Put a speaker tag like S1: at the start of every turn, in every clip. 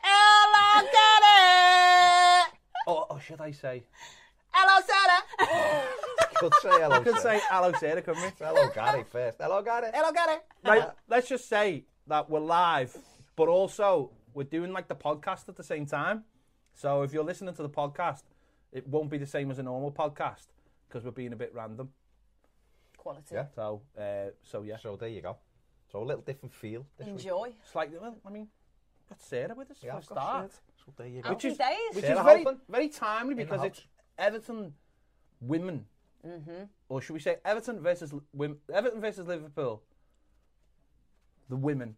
S1: Hello, Daddy!
S2: Or, or Oh, should I say?
S1: Hello, Sarah!
S3: Could say hello.
S2: I could say hello, Sarah, couldn't we?
S3: hello, Gary first. Hello, Gary.
S1: Hello, Daddy!
S2: Right, let's just say that we're live, but also we're doing like the podcast at the same time. So if you're listening to the podcast, it won't be the same as a normal podcast because we're being a bit random.
S1: Quality.
S3: Yeah.
S2: So, uh, so yeah,
S3: So there you go. So a little different feel. This week.
S1: Enjoy.
S2: slightly. Well, I mean, we've got Sarah with us
S3: Yeah,
S2: for a
S3: I've got
S2: start,
S3: shit. So there
S4: Oh,
S3: you go.
S1: Happy days.
S2: which
S3: Sarah
S2: is very,
S3: Halpin.
S2: very timely
S3: the
S2: because it's
S3: house.
S2: Everton women, mm-hmm. or should we say Everton versus women? Everton versus Liverpool. The women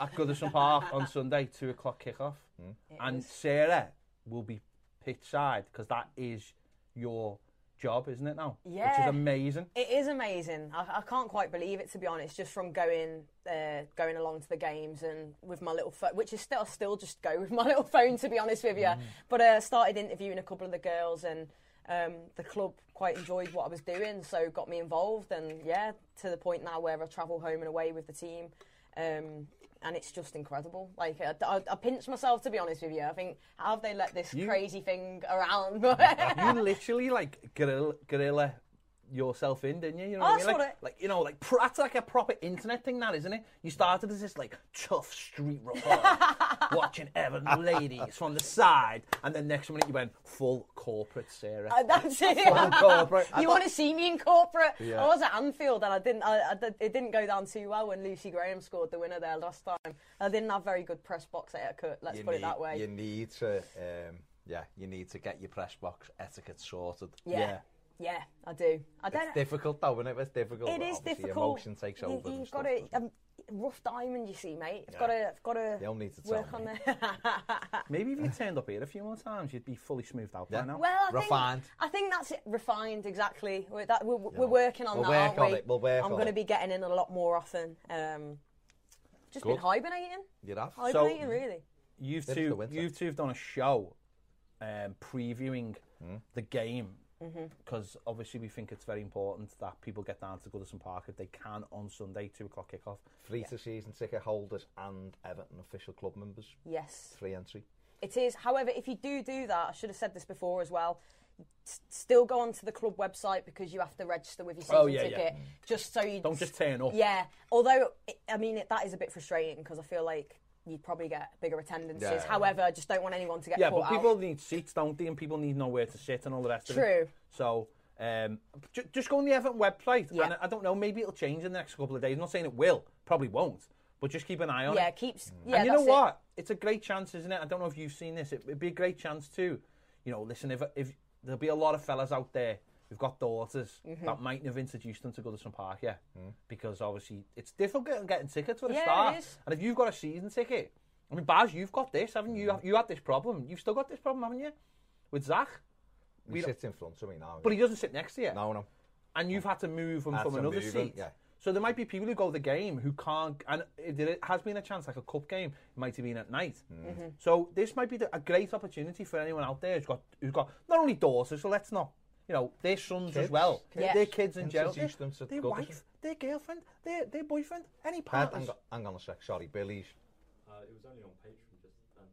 S2: at Goodison Park on Sunday, two o'clock kickoff,
S3: Hmm.
S2: mm. and Sarah will be pitch side because that is your job, isn't it now? which
S1: Yeah.
S2: is amazing.
S4: It is amazing. I, I can't quite believe it to be honest. Just from going uh, going along to the games and with my little phone, which is still I still just go with my little phone to be honest with you. But uh, started interviewing a couple of the girls and um, the club quite enjoyed what I was doing, so got me involved and yeah, to the point now where I travel home and away with the team. Um, and it's just incredible. Like I, I, I pinch myself to be honest with you. I think how have they let this crazy thing around?
S2: you literally like gorilla, gorilla yourself in, didn't you? You know
S4: Oh,
S2: what I
S4: that's
S2: mean? Like,
S4: what I-
S2: like you know, like pr- that's like a proper internet thing, that isn't it? You started as this like tough street reporter watching Evan ladies from the side, and then next minute you went full corporate, Sarah.
S4: Uh, That's it.
S2: Full corporate.
S4: You want to see me in corporate? I was at Anfield and I didn't. I, I did- it didn't go down too well when Lucy Graham scored the winner there last time. I didn't have very good press box etiquette. Let's
S3: you
S4: put
S3: need,
S4: it that way.
S3: You need to, um, yeah, you need to get your press box etiquette sorted.
S4: yeah. yeah, I do. I don't.
S3: It's difficult though, isn't it? It's difficult.
S4: It
S3: but
S4: is
S3: obviously
S4: difficult.
S3: Emotion takes
S4: You-
S3: over. and
S4: You've
S3: stuff,
S4: got to
S3: doesn't it?
S4: um, rough diamond. You see, mate. I've got to. I've got to.
S3: You don't need to tell
S4: work on
S3: me.
S4: the.
S2: Maybe if you turned up here a few more times, you'd be fully smoothed out
S3: Yeah.
S2: by now.
S4: Well, I
S3: Refined.
S4: Think, I think that's it. Refined, exactly. We're, that, we're, we're
S3: Yeah.
S4: working on that,
S3: We'll work
S4: aren't
S3: on
S4: we?
S3: it, we'll work
S4: I'm
S3: on
S4: going to
S3: it.
S4: be getting in a lot more often. Um, just been
S3: Good.
S4: hibernating.
S3: You'd have.
S4: Hibernating, really.
S2: You've
S3: Bit of the
S2: two,
S3: winter.
S2: you've two have done a show um, previewing
S3: Hmm.
S2: the game
S4: Mm-hmm.
S2: because obviously we think it's very important that people get down to Goodison Park if they can on Sunday, two o'clock kickoff.
S3: Free to season ticket holders and Everton official club members.
S4: Yes,
S3: Free entry.
S4: it is. However, if you do do that, I should have said this before as well. s- Still go onto the club website because you have to register with your season
S2: Oh, yeah, yeah.
S4: ticket. Just so you
S2: Don't just turn up.
S4: Yeah, although it, I mean it, that is a bit frustrating because I feel like you'd probably get bigger attendances.
S3: Yeah.
S4: However, I just don't want anyone to get
S2: Yeah,
S4: caught
S2: but
S4: out.
S2: people need seats, don't they? And people need nowhere to sit and all the rest of it.
S4: True.
S2: So um, ju- just go on the Everton website.
S4: Yeah.
S2: And I don't know, maybe it'll change in the next couple of days. I'm not saying it will, probably won't, but just keep an eye on
S4: Yeah,
S2: it.
S4: keeps. Yeah,
S2: Mm. and you know
S4: that's it.
S2: what? It's a great chance, isn't it? I don't know if you've seen this. It, it'd be a great chance to, you know, listen. If if there'll be a lot of fellas out there who've got daughters
S4: Mm-hmm.
S2: that mightn't have introduced them to Goodison Park, yeah, because obviously it's difficult getting tickets for a
S4: Yeah, it
S2: start.
S4: is.
S2: And if you've got a season ticket, I mean, Baz, you've got this, haven't you? You had this problem. You've still got this problem, haven't you? With Zach,
S3: He sits in front of me now.
S2: but he doesn't sit next to you
S3: No, no.
S2: and you've had to move them
S3: Had
S2: from
S3: to
S2: another
S3: move 'em,
S2: seat.
S3: yeah.
S2: So there might be people who go to the game who can't, and it, it has been a chance, like a cup game, it might have been at night. So this might be the, a great opportunity for anyone out there who's got who's got not only daughters, so let's not, you know, their sons as
S3: Kids.
S2: well,
S4: Kids.
S2: their kids in general,
S3: Introduce
S2: their,
S3: them to
S2: their
S3: Goodison.
S2: wife, their girlfriend, their their boyfriend, any
S3: Hang,
S2: partners.
S3: hang, hang on a sec. Sorry, Billy's.
S5: Uh, it was only on Patreon just then.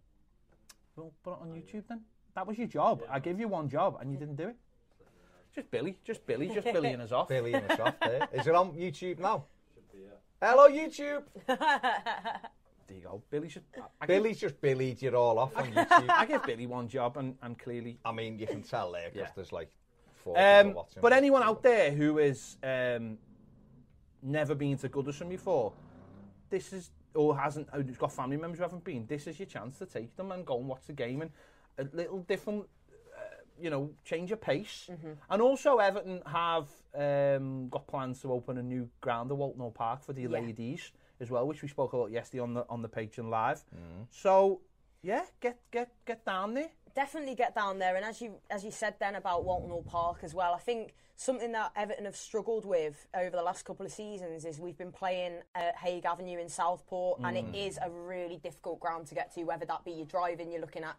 S2: Well, put it on YouTube then. That was your job. I gave you one job and you didn't do it. Just Billy, just Billy, just Billying us off.
S3: Billy in the shop there. Is it on YouTube now? Hello, YouTube.
S2: There you go. Billy's just. I- I, give-
S3: Billy's just Billy'd you all off on YouTube.
S2: I give Billy one job and, and clearly
S3: I mean, you can tell there because
S2: Yeah.
S3: there's like four
S2: Um,
S3: people watching.
S2: but anyone out there who is um, never been to Goodison before, this is or hasn't who's got family members who haven't been, this is your chance to take them and go and watch the game and a little different, uh, you know, change of pace. And also Everton have um, got plans to open a new ground at Walton Park for the ladies as well, which we spoke about yesterday on the on the Patreon live. So yeah, get get get down there.
S4: definitely get down there. And as you as you said then about Waltonall Park as well, I think something that Everton have struggled with over the last couple of seasons is we've been playing at Hague Avenue in Southport, and it is a really difficult ground to get to. Whether that be you're driving, you're looking at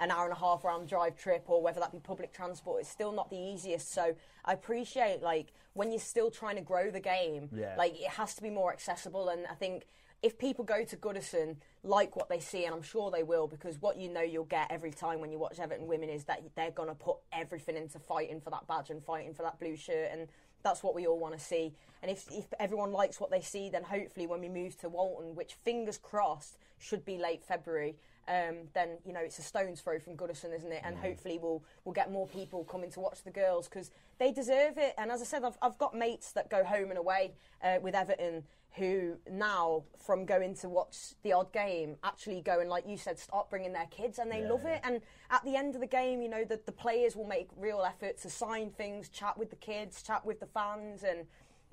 S4: an hour and a half round drive trip, or whether that be public transport, it's still not the easiest. So I appreciate like when you're still trying to grow the game,
S2: Yeah.
S4: like it has to be more accessible. And I think if people go to Goodison, like what they see, and I'm sure they will, because what you know you'll get every time when you watch Everton women is that they're going to put everything into fighting for that badge and fighting for that blue shirt. And that's what we all want to see. And if, if everyone likes what they see, then hopefully when we move to Walton, which fingers crossed should be late February. Um, then you know it's a stone's throw from Goodison, isn't it? And hopefully we'll we'll get more people coming to watch the girls because they deserve it. And as I said, I've, I've got mates that go home and away uh, with Everton who now, from going to watch the odd game, actually go and, like you said, start bringing their kids and they love it. And at the end of the game, you know, the, the players will make real effort to sign things, chat with the kids, chat with the fans. And,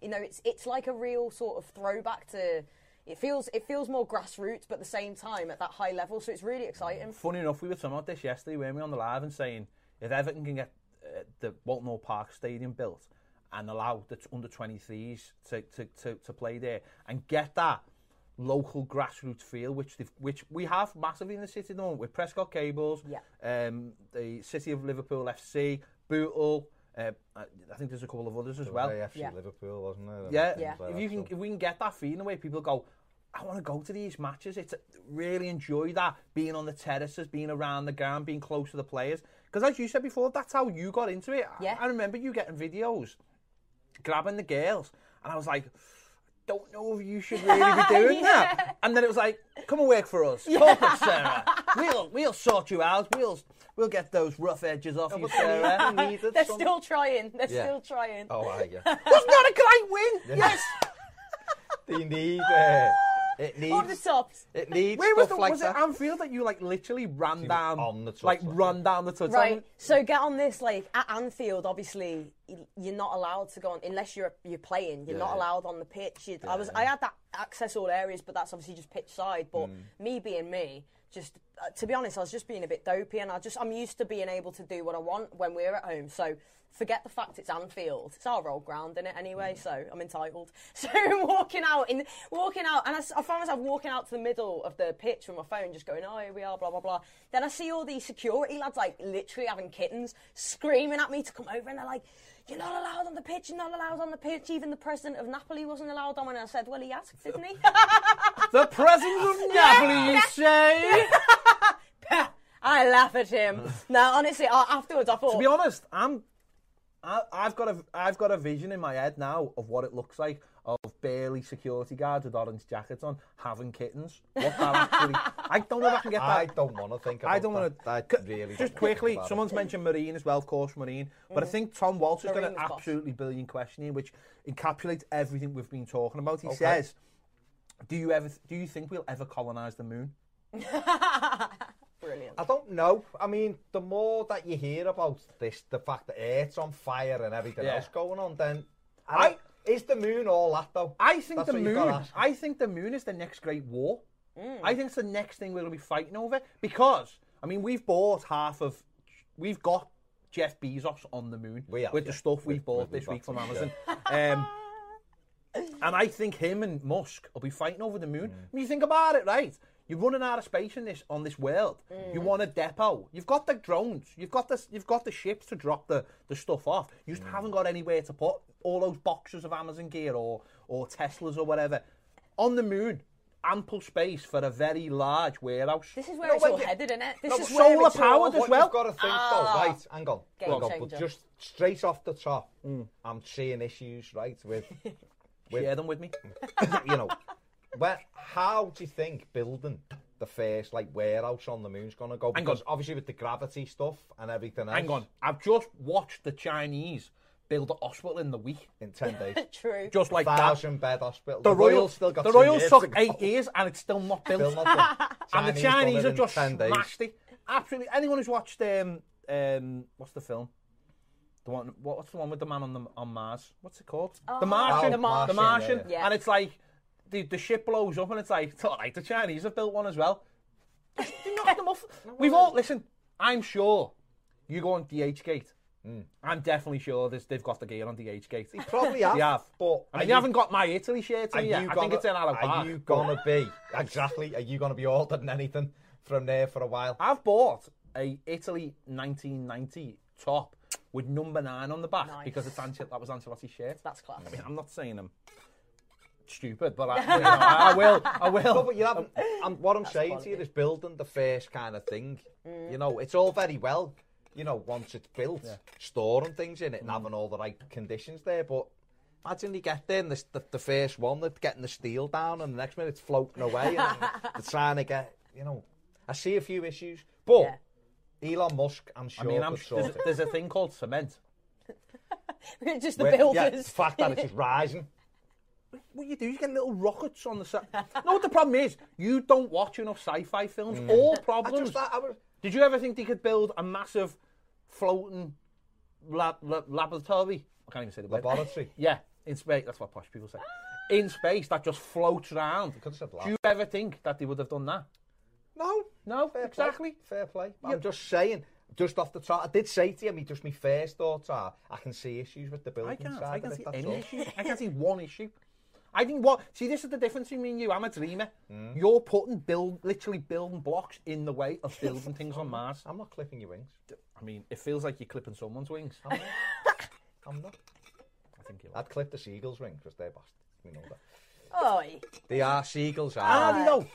S4: you know, it's, it's like a real sort of throwback to. It feels it feels more grassroots, but at the same time at that high level, so it's really exciting.
S3: Mm.
S2: Funny enough, we were talking about this yesterday, weren't we, on the live and saying if Everton can get uh, the Walton Park Stadium built and allow the t- under 23s to, to, to, to play there and get that local grassroots feel, which they've, which we have massively in the city at the moment with Prescott Cables,
S4: Yeah.
S2: um, the City of Liverpool FC, Bootle. Uh, I I think there's a couple of others as well.
S3: AFC
S4: Yeah.
S3: Liverpool, wasn't there?
S2: Yeah,
S4: Yeah.
S2: If you can, if we can get that feeling away, people go, I want to go to these matches. It's really enjoy that being on the terraces, being around the ground, being close to the players. Because as you said before, that's how you got into it. I-
S4: Yeah.
S2: I, remember you getting videos, grabbing the girls, and I was like. Don't know if you should really be doing that. And then it was like, come and work for us. Come on, Sarah. We'll we'll sort you out. We'll we'll get those rough edges
S4: Oh,
S2: off you, Sarah.
S4: They're still trying. They're
S3: Yeah.
S4: still trying.
S3: Oh, are you?
S2: Wasn't that a great win? Yes.
S3: they need uh, it
S4: On the
S3: needs
S4: top.
S3: it needs
S2: Where was
S3: stuff
S2: the
S3: like
S2: was
S3: that.
S2: it Anfield that you like literally ran
S3: was
S2: down
S3: on the touchline.
S2: like run down the touchline?
S4: Right. So get on this. Like at Anfield, obviously y- you're not allowed to go on unless you're you're playing. You're not allowed on the pitch. You, I was I had that access all areas, but that's obviously just pitch side. But
S3: Mm.
S4: me being me, just uh, to be honest, I was just being a bit dopey, and I just I'm used to being able to do what I want when we're at home. So forget the fact it's Anfield. It's our old ground in it anyway, so I'm entitled. So walking out in walking out, and I, s- I found myself walking out to the middle of the pitch with my phone, just going, "Oh, here we are," blah blah blah. Then I see all these security lads like literally having kittens screaming at me to come over, and they're like. You're not allowed on the pitch. You're not allowed on the pitch. Even the president of Napoli wasn't allowed on. And I said, "Well, he asked, didn't he?"
S2: The presence of Napoli, you say?
S4: I laugh at him. no, honestly, I, afterwards I thought,
S2: to be honest, I'm I, I've got a I've got a vision in my head now of what it looks like of barely security guards with orange jackets on having kittens. What that actually, I don't know if I can get that.
S3: I don't want to think about
S2: I don't want
S3: that.
S2: to.
S3: I really
S2: just
S3: don't wanna
S2: quickly,
S3: think about
S2: someone's mentioned Marine as well, of course, Marine. But I think Tom Walsh has
S4: Mm.
S2: got an
S4: Marine was boss.
S2: absolutely brilliant question here, which encapsulates everything we've been talking about. He says, "Do you ever? Do you think we'll ever colonize the moon?"
S4: brilliant.
S3: I don't know. I mean, the more that you hear about this, the fact that Earth's on fire and everything
S2: Yeah.
S3: else going on, then
S2: I-
S3: I, don't- is the moon all that though?
S2: I think
S3: That's
S2: the
S3: what you've gotta
S2: moon.
S3: ask.
S2: I think the moon is the next great war.
S4: Mm.
S2: I think it's the next thing we're going to be fighting over because I mean we've bought half of, we've got Jeff Bezos on the moon
S3: We have,
S2: with the
S3: yeah.
S2: stuff we
S3: We've-
S2: bought
S3: we've
S2: this week
S3: got
S2: from
S3: it,
S2: Amazon. Um, and I think him and Musk will be fighting over the moon. When you think about it, right? You're running out of space in this on this world.
S4: Mm.
S2: You want a depot. You've got the drones. You've got the you've got the ships to drop the, the stuff off. You
S4: Mm.
S2: just haven't got anywhere to put all those boxes of Amazon gear or or Teslas or whatever on the moon. Ample space for a very large warehouse.
S4: This is where
S3: No,
S4: it's
S3: wait,
S4: all
S3: yeah.
S4: headed, isn't it? This
S2: No,
S4: is
S2: but
S4: where
S2: solar
S4: it's all-
S2: powered as
S3: What
S2: well.
S3: you've got to think though, right? Hang on.
S4: Game
S3: hang on,
S4: changer.
S3: But just straight off the top, mm, I'm seeing issues, right? With
S2: Share them with me.
S3: you know, but how do you think building the first like warehouse on the moon's gonna go?
S2: Hang
S3: Because
S2: on.
S3: obviously with the gravity stuff and everything else,
S2: Hang on. I've just watched the Chinese build a hospital in the week,
S3: in ten days,
S4: True.
S2: just like that.
S3: thousand bed hospital.
S2: The Royals
S3: still got
S2: the
S3: two
S2: Royals
S3: years
S2: took
S3: to go.
S2: eight years and it's still not built.
S3: Still not done.
S2: and the
S3: done
S2: Chinese
S3: it
S2: have
S3: in
S2: just
S3: 10 days.
S2: smashed it. Absolutely. Anyone who's watched um um what's the film? The one what, what's the one with the man on the on Mars? What's it called? the Martian.
S3: Oh,
S2: the
S3: Martian,
S2: Martian.
S3: yeah,
S4: yeah.
S2: And it's like. the- the, the ship blows up and it's like, it's all right, the Chinese have built one as well. They knocked them off. We've all, listen, I'm sure you go on DH Gate.
S3: Hmm.
S2: I'm definitely sure this, they've got the gear on DH Gate.
S3: You probably have.
S2: They have.
S3: But
S2: I mean,
S3: are
S2: you haven't got my Italy shirt
S3: are
S2: on yet.
S3: you
S2: I
S3: gonna-
S2: think it's in Alabama.
S3: Are you gonna be exactly? Are you gonna be ordering anything from there for a while?
S2: I've bought a Italy 1990 top with number nine on the back because it's Ancelotti, that was Ancelotti's shirt.
S4: That's class.
S2: I mean, I'm not saying I'm stupid, but I, you know, I, I will. I will.
S3: No, but you haven't. I'm, what I'm saying to you is building the first kind of thing. You know, it's all very well, you know, once it's built, storing things in it and having all the right conditions there. But imagine you get there and the, the, the first one, they're getting the steel down, and the next minute it's floating away, and they're trying to get, you know, I see a few issues. But Elon Musk, I'm
S2: I
S3: sure,
S2: mean, I'm,
S3: could sort
S2: there's,
S3: it.
S2: there's a thing called cement.
S4: just the
S3: Where- yeah, the
S4: builders.
S3: fact that it's just rising.
S2: What you do, you get little rockets on the side. no, what the problem is, you don't watch enough sci-fi films.
S3: Mm.
S2: All
S3: I
S2: problems.
S3: just thought I was.
S2: Did you ever think they could build a massive floating lab, lab, laboratory? I can't even say the word.
S3: Laboratory.
S2: Yeah, in space. That's what posh people say. In space, that just floats around.
S3: could have said lab.
S2: Do you ever think that they would have done that?
S3: No,
S2: No,
S3: fair
S2: exactly.
S3: Play, fair play. I'm just saying, just off the top, I did say to you, I mean, just my first thoughts are, I can see issues with the building
S2: I can't.
S3: side
S2: I
S3: of
S2: can
S3: it.
S2: see
S3: that's
S2: any
S3: all.
S2: issue. I can see one issue. I think what. See, this is the difference between me and you. I'm a dreamer.
S3: Mm.
S2: You're putting build, literally building blocks in the way of building things on Mars.
S3: I'm not clipping your wings.
S2: I mean, it feels like you're clipping someone's wings. I
S3: I'm not. I'm not.
S2: think you are.
S3: I'd clip the seagull's wings because they're bastards. We know that.
S4: Oi.
S3: They are seagulls.
S2: Ah,
S3: Are
S2: no. Ah,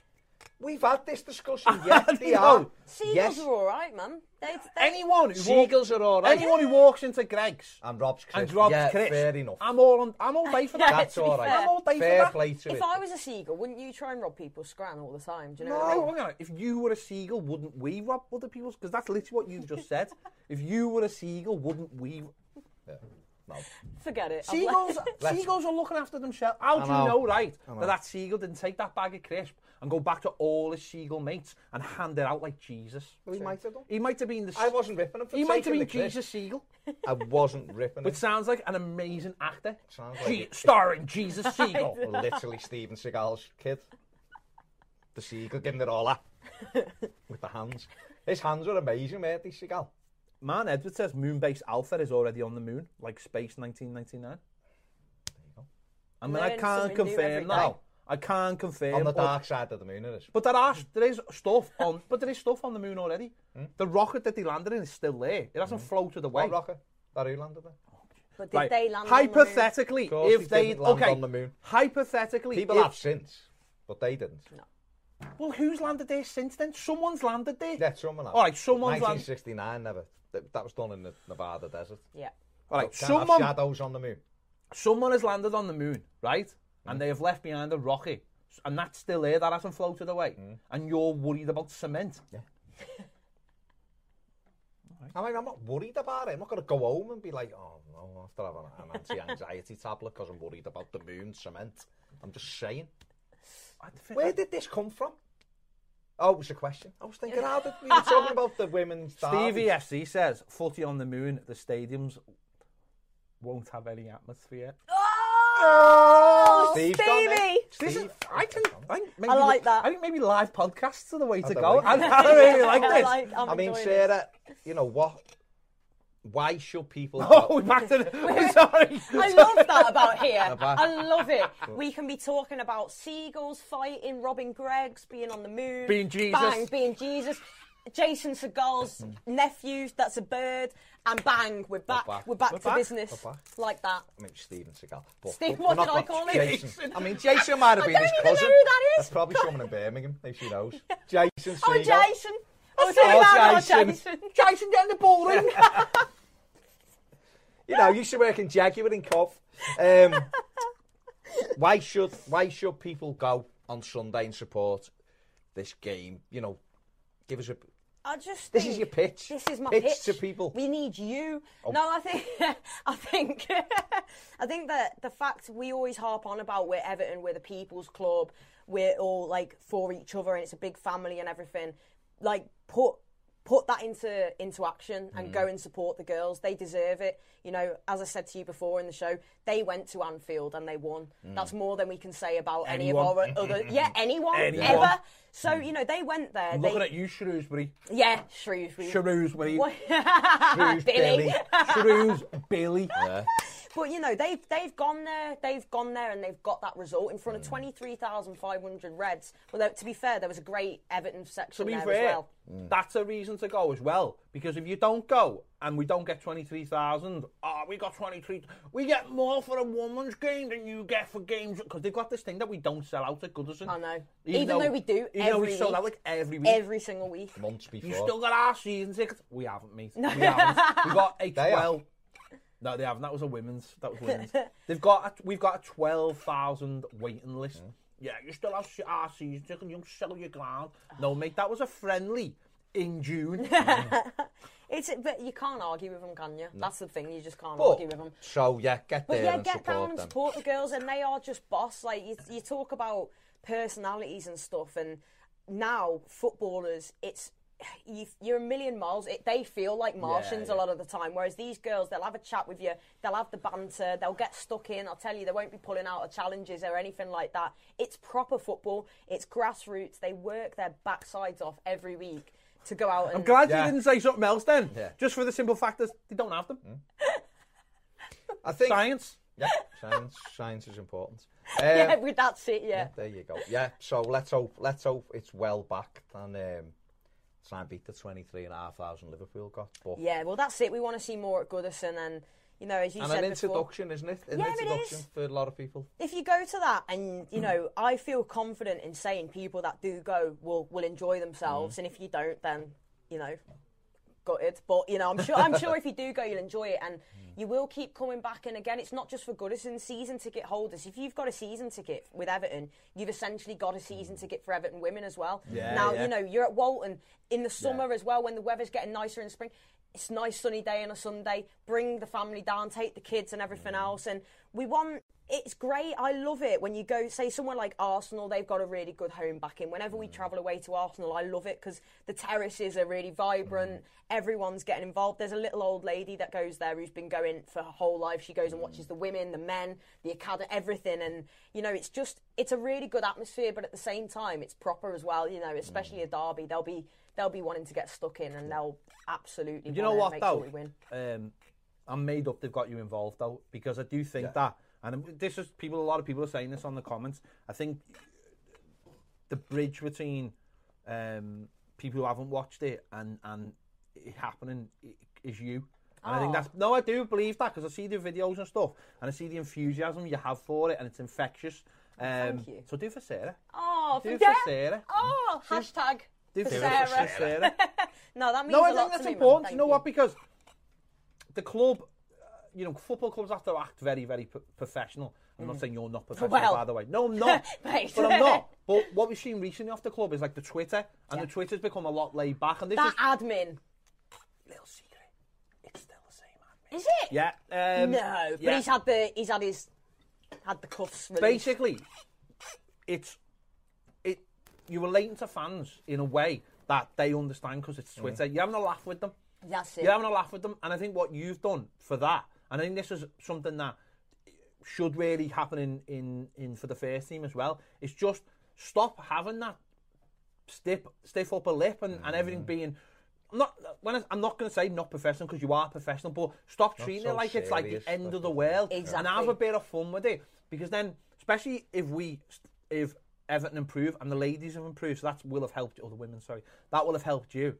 S3: We've had this discussion. Yes, they are.
S2: know.
S4: Seagulls
S3: yes.
S4: are all right, man. They, they,
S2: Anyone who
S3: Seagulls are all right.
S2: Anyone who walks into Greg's
S3: And Rob's Chris.
S2: and Rob's
S3: yeah,
S2: Chris,
S3: fair enough.
S2: I'm all on. I'm all day for that.
S3: That's all right.
S2: I'm all day
S3: fair
S2: for that.
S3: play to
S4: if
S3: it.
S4: I was a seagull, wouldn't you try and rob people's scran all the time? Do you know what I
S2: No,
S4: mean?
S2: hang on. If you were a seagull, wouldn't we rob other people's? Because that's literally what you've just said. If you were a seagull, wouldn't we?
S3: Yeah. No.
S4: Forget it. I've left-
S2: Seagulls,
S3: Let's-
S2: seagulls are looking after themselves. How do you
S3: know.
S2: know, right,
S3: know.
S2: that that seagull didn't take that bag of crisp and go back to all his seagull mates and hand it out like Jesus?
S3: Well, he might have done.
S2: He might have been the.
S3: I wasn't ripping him for
S2: He might have
S3: taking
S2: been
S3: the Chris.
S2: Jesus Seagull,
S3: I wasn't ripping him.
S2: which sounds like an amazing actor.
S3: Sounds
S2: Je-
S3: like it.
S2: starring Jesus Seagull.
S3: Well, Oh, literally Steven Seagal's kid. The seagull giving it all up with the hands. His hands were amazing, mate, these Seagal.
S2: Man, Edward says Moonbase Alpha is already on the moon, like Space 1999. I mean,
S4: Learn
S2: I can't
S4: something new every
S2: confirm that.
S4: day.
S2: I can't confirm.
S3: On the
S2: but-
S3: dark side of the moon, it is.
S2: But there are there is stuff on but there is stuff on the moon already. The rocket that they landed in is still there. It hasn't floated away.
S3: Hmm? What rocket? That who landed there?
S4: But did
S2: Right.
S4: they land on
S2: hypothetically,
S3: Of course
S2: if
S3: they
S2: they,
S3: didn't land
S2: okay,
S3: on the moon.
S2: hypothetically,
S3: People
S2: if-
S3: have since, but they didn't.
S2: well, who's landed there since then? Someone's landed there.
S3: Yeah, someone has.
S2: All right, someone's landed.
S3: 1969, never. That, that was done in the Nevada desert.
S4: the moon? Yeah.
S2: All right,
S3: Can't have
S2: someone
S3: shadows on the moon.
S2: someone has landed on the moon, right?
S3: Mm.
S2: And they have left behind a rocket, S- and that's still there. That hasn't floated away.
S3: Mm.
S2: And you're worried about cement.
S3: I mean, I'm not worried about it. I'm not going to go home and be like, oh no, after having an anti-anxiety tablet because I'm worried about the moon cement. I'm just saying.
S2: I thi-
S3: Where did this come from? Oh, it was a question. I was thinking, how did we were talking about the women's
S2: Stevie
S3: derby.
S2: FC says footy on the moon. The stadiums won't have any atmosphere.
S4: Oh,
S3: Steve's
S4: Stevie!
S3: gone then.
S2: This is,
S3: Steve.
S2: I think, I, think maybe,
S4: like that.
S2: I think maybe live podcasts are the way to
S3: don't
S2: go.
S3: like
S2: I, I really like
S4: I
S2: this.
S4: like, I'm
S3: I mean,
S4: enjoying it.
S3: Sarah, you know what? Why should people?
S2: Oh, we're back to the, we're sorry.
S4: I love that about here.
S3: About-
S4: I love it. We can be talking about seagulls fighting, robbing Greg's, being on the moon,
S2: Being Jesus.
S4: bang, being Jesus. Jason Segal's nephews, that's a bird, and bang, we're back, we're back,
S3: back.
S2: We're
S4: to
S2: back.
S4: business,
S3: We're back.
S4: like that.
S3: I mean, Steven Seagal. But,
S4: Steve,
S3: but
S4: what
S3: we're
S4: did
S3: not
S4: I
S3: got
S4: call him?
S3: Jason. I mean, Jason might have been
S4: don't
S3: his
S4: even know
S3: cousin.
S4: who that is.
S3: That's probably someone in Birmingham. If she knows, Jason Seagal.
S4: Oh, Jason. Oh,
S3: Oh,
S4: sorry,
S3: Jason.
S4: Jason.
S2: Jason getting the ball in.
S3: You know, used to work in Jaguar in Cov. Um, why should why should people go on Sunday and support this game? You know, give us a.
S4: I just
S3: This is
S4: think
S3: your pitch.
S4: This is my
S3: Pitch
S4: pitch,
S3: to people. Oh.
S4: We need you. No, I think I think I think that the fact we always harp on about we're Everton, we're the people's club, we're all like for each other, and it's a big family and everything. Like put put that into into action
S3: Mm.
S4: and go and support the girls. They deserve it. You know, as I said to you before in the show, they went to Anfield and they won.
S3: Mm.
S4: That's more than we can say about any
S2: Anyone.
S4: of our other. Yeah, anyone,
S2: Anyone.
S4: ever. So
S3: Mm.
S4: you know, they went there.
S2: I'm
S4: they,
S2: looking at you, Shrewsbury.
S4: yeah, Shrewsbury.
S2: Shrewsbury.
S4: What-
S3: Who's
S4: Billy.
S2: Shrews, Billy.
S3: Yeah.
S4: But you know, they've they've gone there, they've gone there, and they've got that result in front of twenty three thousand five hundred Reds. Well, though, to be fair, there was a great Everton
S2: To
S4: section
S2: be
S4: there
S2: fair,
S4: as well.
S2: that's a reason to go as well. Because if you don't go and we don't get 23,000, oh, we got 23. We get more for a woman's game than you get for games. Because they've got this thing that we don't sell out at Goodison.
S4: I know. Even though we do
S2: Even though we
S4: every
S2: sold out
S4: week.
S2: like every week.
S4: Every single week.
S3: Months
S2: you
S3: before.
S2: still got our season tickets. We haven't, mate. We haven't. we got a
S3: They have.
S2: 12. No, they haven't. That was a women's. That was women's. They've got. A, we've got a twelve thousand waiting list.
S3: Hmm.
S2: Yeah, you still have se- our season ticket. You don't sell your ground. No, mate, that was a friendly in June.
S4: It's but you can't argue with them, can you? That's the thing. You just can't
S3: But,
S4: argue with them.
S3: so yeah, get
S4: But
S3: there
S4: yeah,
S3: and
S4: get
S3: support
S4: down and
S3: them.
S4: support the girls, and they are just boss. Like you, you talk about personalities and stuff, and now footballers, it's you, you're a million miles. It, they feel like Martians a lot of the time, whereas these girls, they'll have a chat with you, they'll have the banter, they'll get stuck in. I'll tell you, they won't be pulling out of challenges or anything like that. It's proper football. It's grassroots. They work their backsides off every week to go out and.
S2: I'm glad
S3: Yeah.
S2: you didn't say something else then.
S3: Yeah. Hmm.
S2: Just for the simple fact that they don't have them.
S3: I think
S2: Science.
S3: yeah, science, science is important. Um,
S4: yeah, with- that's it. Yeah.
S3: There you go. Yeah. So let's hope let's hope it's well back and um, try and beat the twenty three and a half thousand Liverpool got. But
S4: Yeah, well, that's it. We want to see more at Goodison, and you know, as you
S3: and
S4: said
S3: an
S4: before,
S3: introduction, isn't it? An
S4: Yeah, it
S3: introduction
S4: is.
S3: for a lot of people.
S4: if you go to that, and
S2: Mm.
S4: you know, I feel confident in saying people that do go will will
S2: Mm.
S4: enjoy themselves, and if you don't, then you know, gutted. But you know, I'm sure I'm sure if you do go, you'll enjoy it,
S2: Mm.
S4: and you will keep coming back. And again, it's not just for Goodison season ticket holders. If you've got a season ticket with Everton, you've essentially got a season ticket for Everton women as well.
S2: Mm. Yeah,
S4: now
S2: yeah.
S4: you know you're at Walton in the summer as well when the weather's getting nicer in spring. It's a nice sunny day on a Sunday. Bring the family down, take the kids and everything else, and we want. It's great. I love it when you go, say, somewhere like Arsenal. They've got a really good home backing. Whenever we travel away to Arsenal, I love it because the terraces are really vibrant. Everyone's getting involved. There's a little old lady that goes there who's been going for her whole life. She goes and watches the women, the men, the academy, everything, and you know, it's just it's a really good atmosphere. But at the same time, it's proper as well. You know, especially a derby, they'll be they'll be wanting to get stuck in, and they'll absolutely.
S2: You know
S4: wanna
S2: what
S4: make
S2: though?
S4: Sure we win.
S2: Um, I'm made up. They've got you involved though, because I do think that, and this is people. A lot of people are saying this on the comments. I think the bridge between um, people who haven't watched it and and it happening i- is you. And I think
S4: Aw.
S2: that's no, I do believe that because I see the videos and stuff, and I see the enthusiasm you have for it, and it's infectious. Um,
S4: Thank you.
S2: So do for Sarah.
S4: Oh,
S2: Do
S4: for
S2: for
S4: Sarah.
S2: Sarah.
S4: Oh, hashtag
S2: Do
S4: for
S2: for
S4: Sarah.
S2: Sarah.
S4: No, that means a
S2: No, I
S4: lot
S2: think that's
S4: to me, Mum.
S2: important.
S4: Thank
S2: You know what? Because the club, uh, you know, football clubs have to act very, very p- professional. I'm not saying you're not professional,
S4: Mm. Well.
S2: by the way. No, I'm not.
S4: Mate.
S2: But I'm not. But what we've seen recently off the club is like the Twitter, and the Twitter's become a lot laid back. And this
S4: That
S2: is
S4: admin
S2: little secret. It's still the same.
S4: is it?
S2: admin. Yeah. Um,
S4: No, but
S2: yeah.
S4: he's had the he's had his had the cuffs released.
S2: basically it's it you're relating to fans in a way that they understand because
S4: Mm.
S2: it's Twitter. You're having a laugh with them.
S4: That's it.
S2: You're having a laugh with them, and I think what you've done for that, and I think this is something that should really happen in in, in for the first team as well. Is just stop having that stiff stiff upper lip and, and
S3: Mm.
S2: everything being. I'm not when I, I'm not going to say not professional because you are professional, but stop treating
S3: so
S2: it like it's like
S3: serious,
S2: the end
S3: like
S2: of the
S3: it's-
S2: world and
S4: Exactly.
S2: have a bit of fun with it because then, especially if we if Everton improve and the ladies have improved, so that will have helped or the women. Sorry, that will have helped you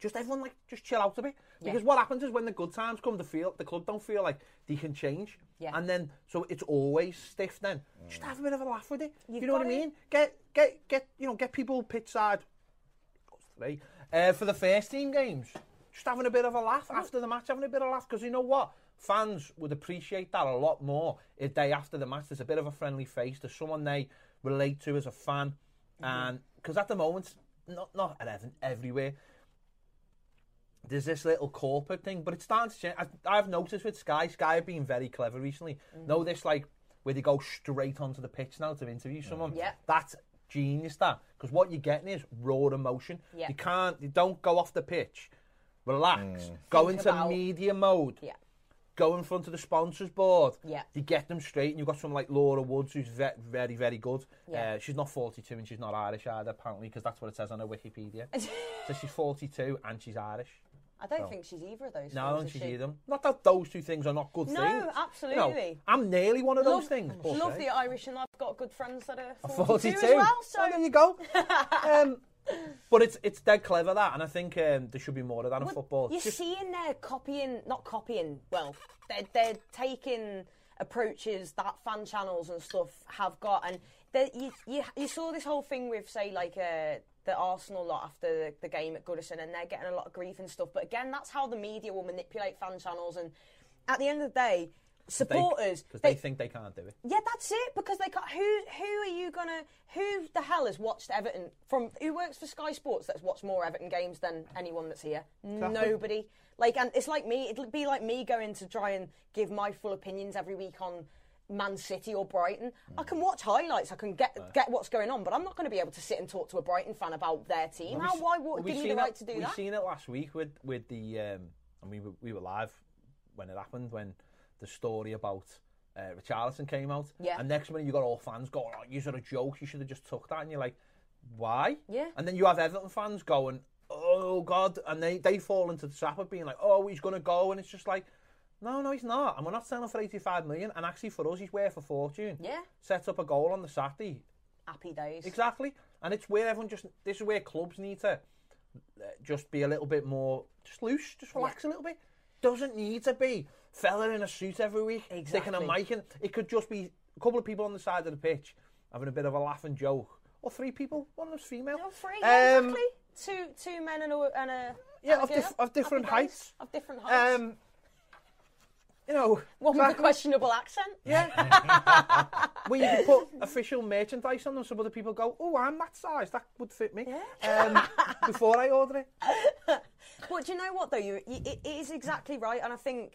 S2: just everyone like just chill out a bit because what happens is when the good times come, the feel the club don't feel like they can change,
S4: Yeah.
S2: and then so it's always stiff. Then just have a bit of a laugh with it.
S4: You've
S2: you know what
S4: got
S2: I
S4: it.
S2: mean? Get get get you know get people pit side three uh, for the first team games. Just having a bit of a laugh
S4: Mm-hmm.
S2: after the match, having a bit of a laugh because you know what. Fans would appreciate that a lot more if they after the match there's a bit of a friendly face, there's someone they relate to as a fan,
S4: Mm-hmm.
S2: and because at the moment, not not at Everton, everywhere, there's this little corporate thing, but it's starting to change. I, I've noticed with Sky, Sky have been very
S4: Mm-hmm.
S2: clever recently. No, this like where they go straight onto the pitch now to interview someone.
S4: Yeah.
S2: that's genius that because what you're getting is raw emotion.
S4: Yeah.
S2: You can't, you don't go off the pitch. Relax. Go
S4: Think
S2: into
S4: about-
S2: media mode.
S4: Yeah.
S2: Go in front of the sponsors board.
S4: Yeah.
S2: You get them straight, and you've got someone like Laura Woods, who's ve- very, very good.
S4: Yeah.
S2: Uh, she's not 42 and she's not Irish either, apparently, because that's what it says on her Wikipedia. so she's 42 and she's Irish.
S4: I don't think she's either of those.
S2: No, I
S4: things,
S2: don't
S4: is
S2: she's
S4: she?
S2: either. Not that those two things are not good
S4: No,
S2: things. You
S4: absolutely.
S2: know, I'm nearly one of those
S4: Love-
S2: things. eh? but-
S4: Love the Irish, and I've got good friends that are 42,
S2: 42
S4: as well. So
S2: there you go. um, but it's it's dead clever that, and I think um, there should be more of that in
S4: Well,
S2: football.
S4: You're
S2: Just-
S4: seeing they're copying, not copying. Well, they're they're taking approaches that fan channels and stuff have got, and they- you, you you saw this whole thing with say like uh, the Arsenal lot after the, the game at Goodison, and they're getting a lot of grief and stuff. But again, that's how the media will manipulate fan channels, and at the end of the day.
S2: they-
S4: Supporters,
S2: 'cause they, think they can't do it.
S4: yeah, that's it. Because they can't. Who who are you gonna? Who the hell has watched Everton from? Who works for Sky Sports that's watched more Everton games than anyone that's here? Nobody. Like, and it's like me. It'd be like me going to try and give my full opinions every week on Man City or Brighton. I can watch highlights. I can get get what's going on, but I'm not going to be able to sit and talk to a Brighton fan about their team. How? Why? What,
S2: We've
S4: give me the
S2: seen
S4: right
S2: it,
S4: to do
S2: we've
S4: that?
S2: seen it last week with with the, um, and we were, we were live when it happened when the story about. Uh, Richarlison came out,
S4: Yeah.
S2: and next minute you got all fans going, "Oh, you a joke! You should have just took that." And you're like, "Why?"
S4: Yeah.
S2: And then you have Everton fans going, "Oh God!" And they they fall into the trap of being like, "Oh, he's gonna go," and it's just like, "No, no, he's not." And we're not selling for 85 million. And actually, for us, he's worth a fortune.
S4: Yeah.
S2: Set up a goal on the Saturday.
S4: Happy days.
S2: Exactly. And it's where everyone just this is where clubs need to uh, just be a little bit more just loose, just relax a little bit. Doesn't need to be fella in a suit every week, sticking a
S4: Exactly.
S2: mic in. It could just be a couple of people on the side of the pitch having a bit of a laugh and joke, or three people. One of them's female.
S4: Oh, free, yeah,
S2: Um,
S4: exactly. Two two men and a and a
S2: Yeah,
S4: and a
S2: of, dif-
S4: girl.
S2: of different
S4: Happy days.
S2: heights.
S4: Of different heights.
S2: Um, you know,
S4: One with a questionable accent.
S2: yeah. where you can put official merchandise on them, so other people go, "Oh, I'm that size. That would fit me." Um, before I order it.
S4: But do you know what though? You, you, it it is exactly right, and I think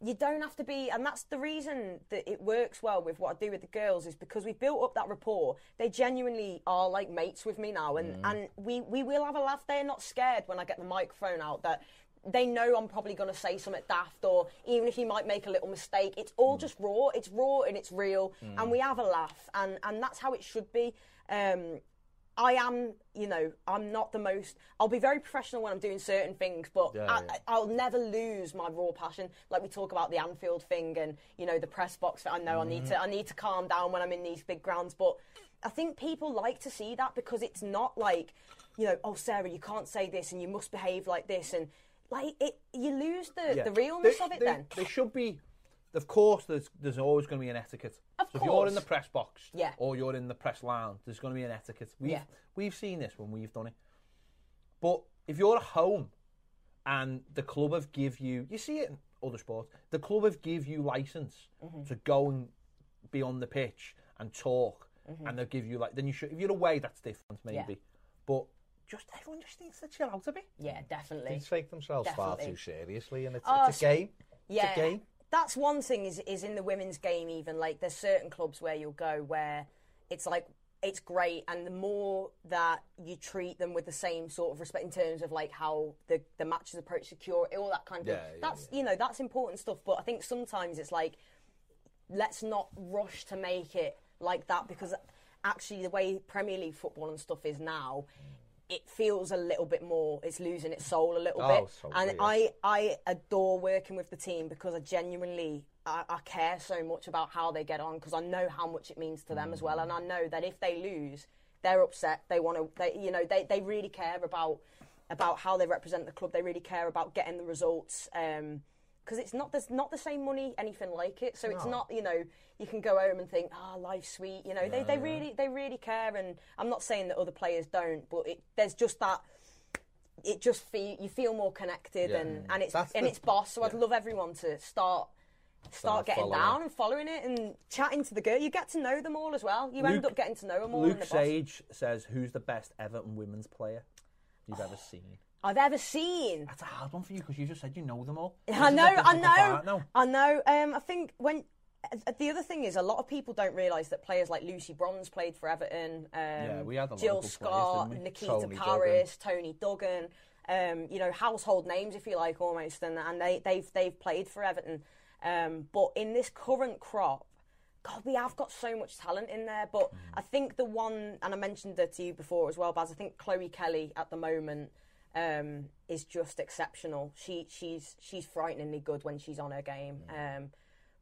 S4: you don't have to be. And that's the reason that it works well with what I do with the girls is because we built up that rapport. They genuinely are like mates with me now, and and we we will have a laugh. They're not scared when I get the microphone out that. They know I'm probably going to say something daft, or even if you might make a little mistake, it's all just raw. It's raw and it's real, and we have a laugh, and and that's how it should be. Um, I am, you know, I'm not the most. I'll be very professional when I'm doing certain things, but I, I'll never lose my raw passion. Like we talk about the Anfield thing and you know the press box. I know I need to. I need to calm down when I'm in these big grounds, but I think people like to see that because it's not like, you know, oh Sarah, you can't say this and you must behave like this and like it. You lose the,
S2: Yeah.
S4: the realness
S2: There-
S4: of it
S2: there-
S4: then.
S2: There should be, of course, there's, there's always going to be an etiquette.
S4: Of
S2: So If you're in
S4: course.
S2: the press box
S4: Yeah.
S2: or you're in the press lounge, there's going to be an etiquette. We've,
S4: Yeah.
S2: we've seen this when we've done it. But if you're at home and the club have give you, you see it in other sports, the club have give you license
S4: Mm-hmm.
S2: to go and be on the pitch and talk and they'll give you like, then you should, if you're away, that's different maybe.
S4: Mm-hmm. Yeah.
S2: But just everyone just needs to chill out a bit.
S4: yeah,
S3: They
S4: definitely.
S3: take themselves far
S4: Definitely.
S3: too seriously, and it's,
S4: Oh,
S3: it's a
S4: so-
S3: game.
S4: yeah,
S3: It's a game.
S4: That's one thing is is in the women's game even like there's certain clubs where you'll go where it's like it's great and the more that you treat them with the same sort of respect in terms of like how the the matches approach secure all that kind of
S3: Yeah,
S4: thing.
S3: yeah,
S4: That's you know, that's important stuff, but I think sometimes it's like let's not rush to make it like that because actually the way Premier League football and stuff is now it feels a little bit more it's losing its soul a little
S3: Oh,
S4: bit
S3: totally,
S4: and
S3: yeah.
S4: I I adore working with the team because I genuinely I, I care so much about how they get on because I know how much it means to them as well and I know that if they lose they're upset they want to they you know they, they really care about about how they represent the club they really care about getting the results um because it's not there's not the same money anything like it so it's not you know you can go home and think ah life's sweet you know they, they really they really care and i'm not saying that other players don't but it, there's just that it just feel you feel more connected and and it's
S3: That's
S4: and
S3: the-
S4: it's boss. So I'd love everyone to start start,
S3: Start
S4: getting
S3: following.
S4: down and following it and chatting to the girl. You get to know them all as well. You end
S2: Luke-
S4: up getting to know them all. in
S2: Luke
S4: the boss.
S2: Sage says, "Who's the best Everton women's player you've ever seen?"
S4: I've ever seen.
S2: That's a hard one for you because you just said you know them all.
S4: I know, I know,
S2: No,
S4: I know. Um, I think when Uh, The other thing is, a lot of people don't realise that players like Lucy Bronze played for Everton. Um,
S2: we had a lot of
S4: Jill
S2: good players,
S4: Scott,
S2: didn't we?
S4: Nikita
S3: Tony
S4: Paris, Tony Duggan. Um, you know, household names, if you like, almost, and, and they, they've they've played for Everton. Um, but in this current crop, God, we have got so much talent in there. But
S2: Mm.
S4: I think the one, and I mentioned it to you before as well, Baz. I think Chloe Kelly at the moment um, is just exceptional. She she's she's frighteningly good when she's on her game.
S2: Mm.
S4: Um,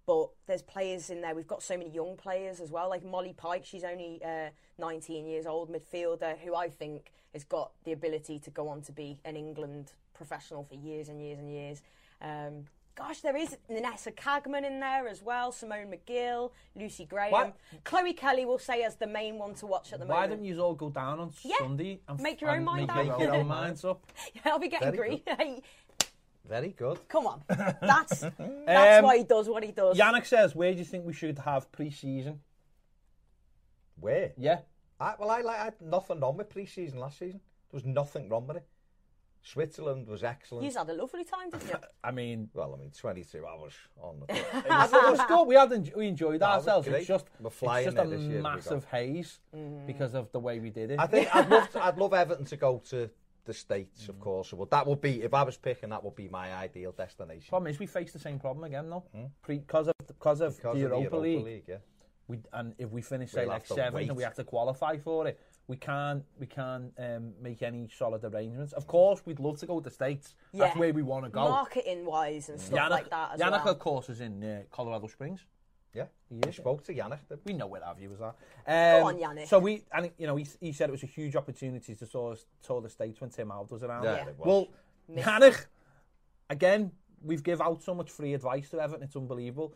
S4: but there's players in there. We've got so many young players as well, like Molly Pike. She's only uh, 19 years old, midfielder, who I think has got the ability to go on to be an England professional for years and years and years. Um, gosh, there is Vanessa Cagman in there as well, Simone McGill, Lucy Graham.
S2: Why-
S4: Chloe Kelly will say as the main one to watch at the
S2: Why
S4: moment.
S2: don't you all go down on
S4: Yeah,
S2: Sunday and
S4: make your own
S2: and
S4: mind
S2: make
S3: up.
S2: your own minds up?
S4: I'll be getting green.
S3: Very Very good.
S4: Come on, that's that's
S2: Um,
S4: why he does what he does.
S2: Yannick says, where do you think we should have pre-season?
S3: Where?
S2: Yeah,
S3: I, well, I, like, I had nothing wrong with pre-season last season. There was nothing wrong with it. Switzerland was excellent.
S4: You've had a lovely time, didn't you?
S2: I mean,
S3: Well, I mean, 22 hours on the clock.
S2: it was, it was good. We had en- we enjoyed
S3: That was
S2: ourselves.
S3: great.
S2: It's just
S3: We're flying
S2: it's just a
S3: there this year, we got.
S2: massive haze
S4: Mm-hmm.
S2: because of the way we did it.
S3: I think I'd love, to, I'd love Everton to go to the States,
S4: Mm.
S3: of course. Well, that would be, if I was picking, that would be my ideal destination.
S2: problem is we face the same problem again though. Because of Hmm? because of
S3: Because
S2: the
S3: of
S2: Europa,
S3: the Europa
S2: League,
S3: League. yeah.
S2: we and if we finish say
S3: We'll
S2: like
S3: have to
S2: seventh and
S3: wait.
S2: we have to qualify for it, we can't we can't um, make any solid arrangements. Of course, we'd love to go to the states. That's where we want to go.
S4: Marketing wise and stuff
S2: Yannick,
S4: like that as
S2: Yannick,
S4: well.
S2: of course, is in uh, Colorado Springs.
S3: Yeah.
S2: Yeah.
S3: We spoke to Yannick. didn't we?
S2: We know where our viewers are. Um,
S4: on, Yannick.
S2: So we, and you know, he, he said it was a huge opportunity to tour, tour the states when Tim Howard was around.
S3: Yeah, Yeah. it was.
S2: Well, Yannick, again, we've give out so much free advice to Everton. It's unbelievable.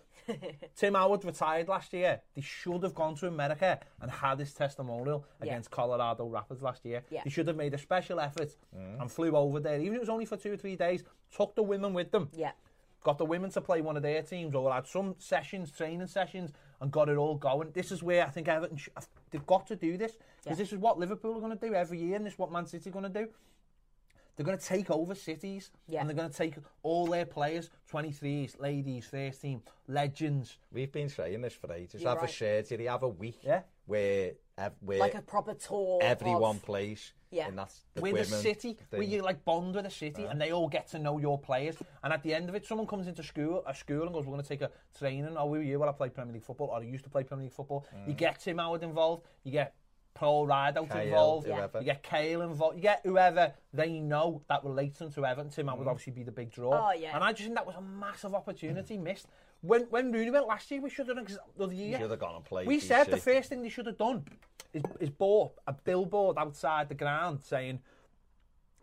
S2: Tim Howard retired last year. They should have gone to America and had his testimonial against Colorado Rapids last year.
S4: Yeah.
S2: They should have made a special effort
S3: Mm.
S2: and flew over there, even if it was only for two or three days. Took the women with them
S4: Yeah.
S2: got the women to play one of their teams or had some sessions, training sessions, and got it all going. This is where I think Everton sh- they've got to do this because this is what Liverpool are going to do every year, and this is what Man City are going to do. They're going to take over cities,
S4: Yeah.
S2: and they're going to take all their players, 23s, ladies, first team, legends.
S3: We've been saying this for ages.
S4: You're
S3: have
S4: right.
S3: a surgery, have a week
S2: Yeah.
S3: where, ev- where
S4: Like a proper tour.
S3: everyone
S4: of-
S3: plays.
S4: Yeah.
S3: And that's the
S2: with
S3: women.
S2: a city, where
S3: thing.
S2: you like bond with a city, and they all get to know your players. And at the end of it, someone comes into school, a school, and goes, "We're going to take a training." Oh, were you? Well, I played Premier League football, or I used to play Premier League football. You
S3: Mm.
S2: get Tim Howard involved. You get Paul Rideout
S3: Kale,
S2: involved.
S3: whoever.
S2: You get Kale involved. You get whoever they know that relates them to Everton. Tim Howard
S3: Mm.
S2: would obviously be the big draw.
S4: Oh, yeah.
S2: And I just think that was a massive opportunity missed. When when Rooney went last year, we should have done ex- the other year.
S3: Should have gone and played
S2: We said the
S3: DC.
S2: first thing they should have done is, is bought a billboard outside the ground saying,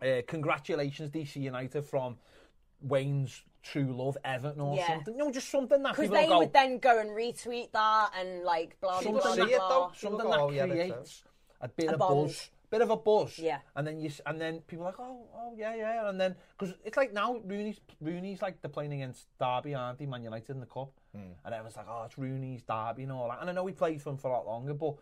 S2: uh, "Congratulations, DC United from Wayne's true love, Everton, or
S4: Yeah.
S2: something." No, just something that
S4: Because
S2: people
S4: they
S2: go.
S4: would then go and retweet that and like blah blah
S3: People
S4: blah.
S3: see
S4: blah,
S3: it though.
S4: blah.
S2: something
S3: People
S2: that
S3: go, "Oh, yeah, that's
S2: creates a bit of
S4: bond.
S2: buzz, bit of a buzz.
S4: Yeah.
S2: And then you, s- and then people are like, oh, oh, yeah, yeah, and then because it's like now Rooney's, Rooney's like they're playing against Derby, aren't they? Man United in the cup, and everyone's like, oh, it's Rooney's Derby and all that. And I know he played for them for a lot longer, but.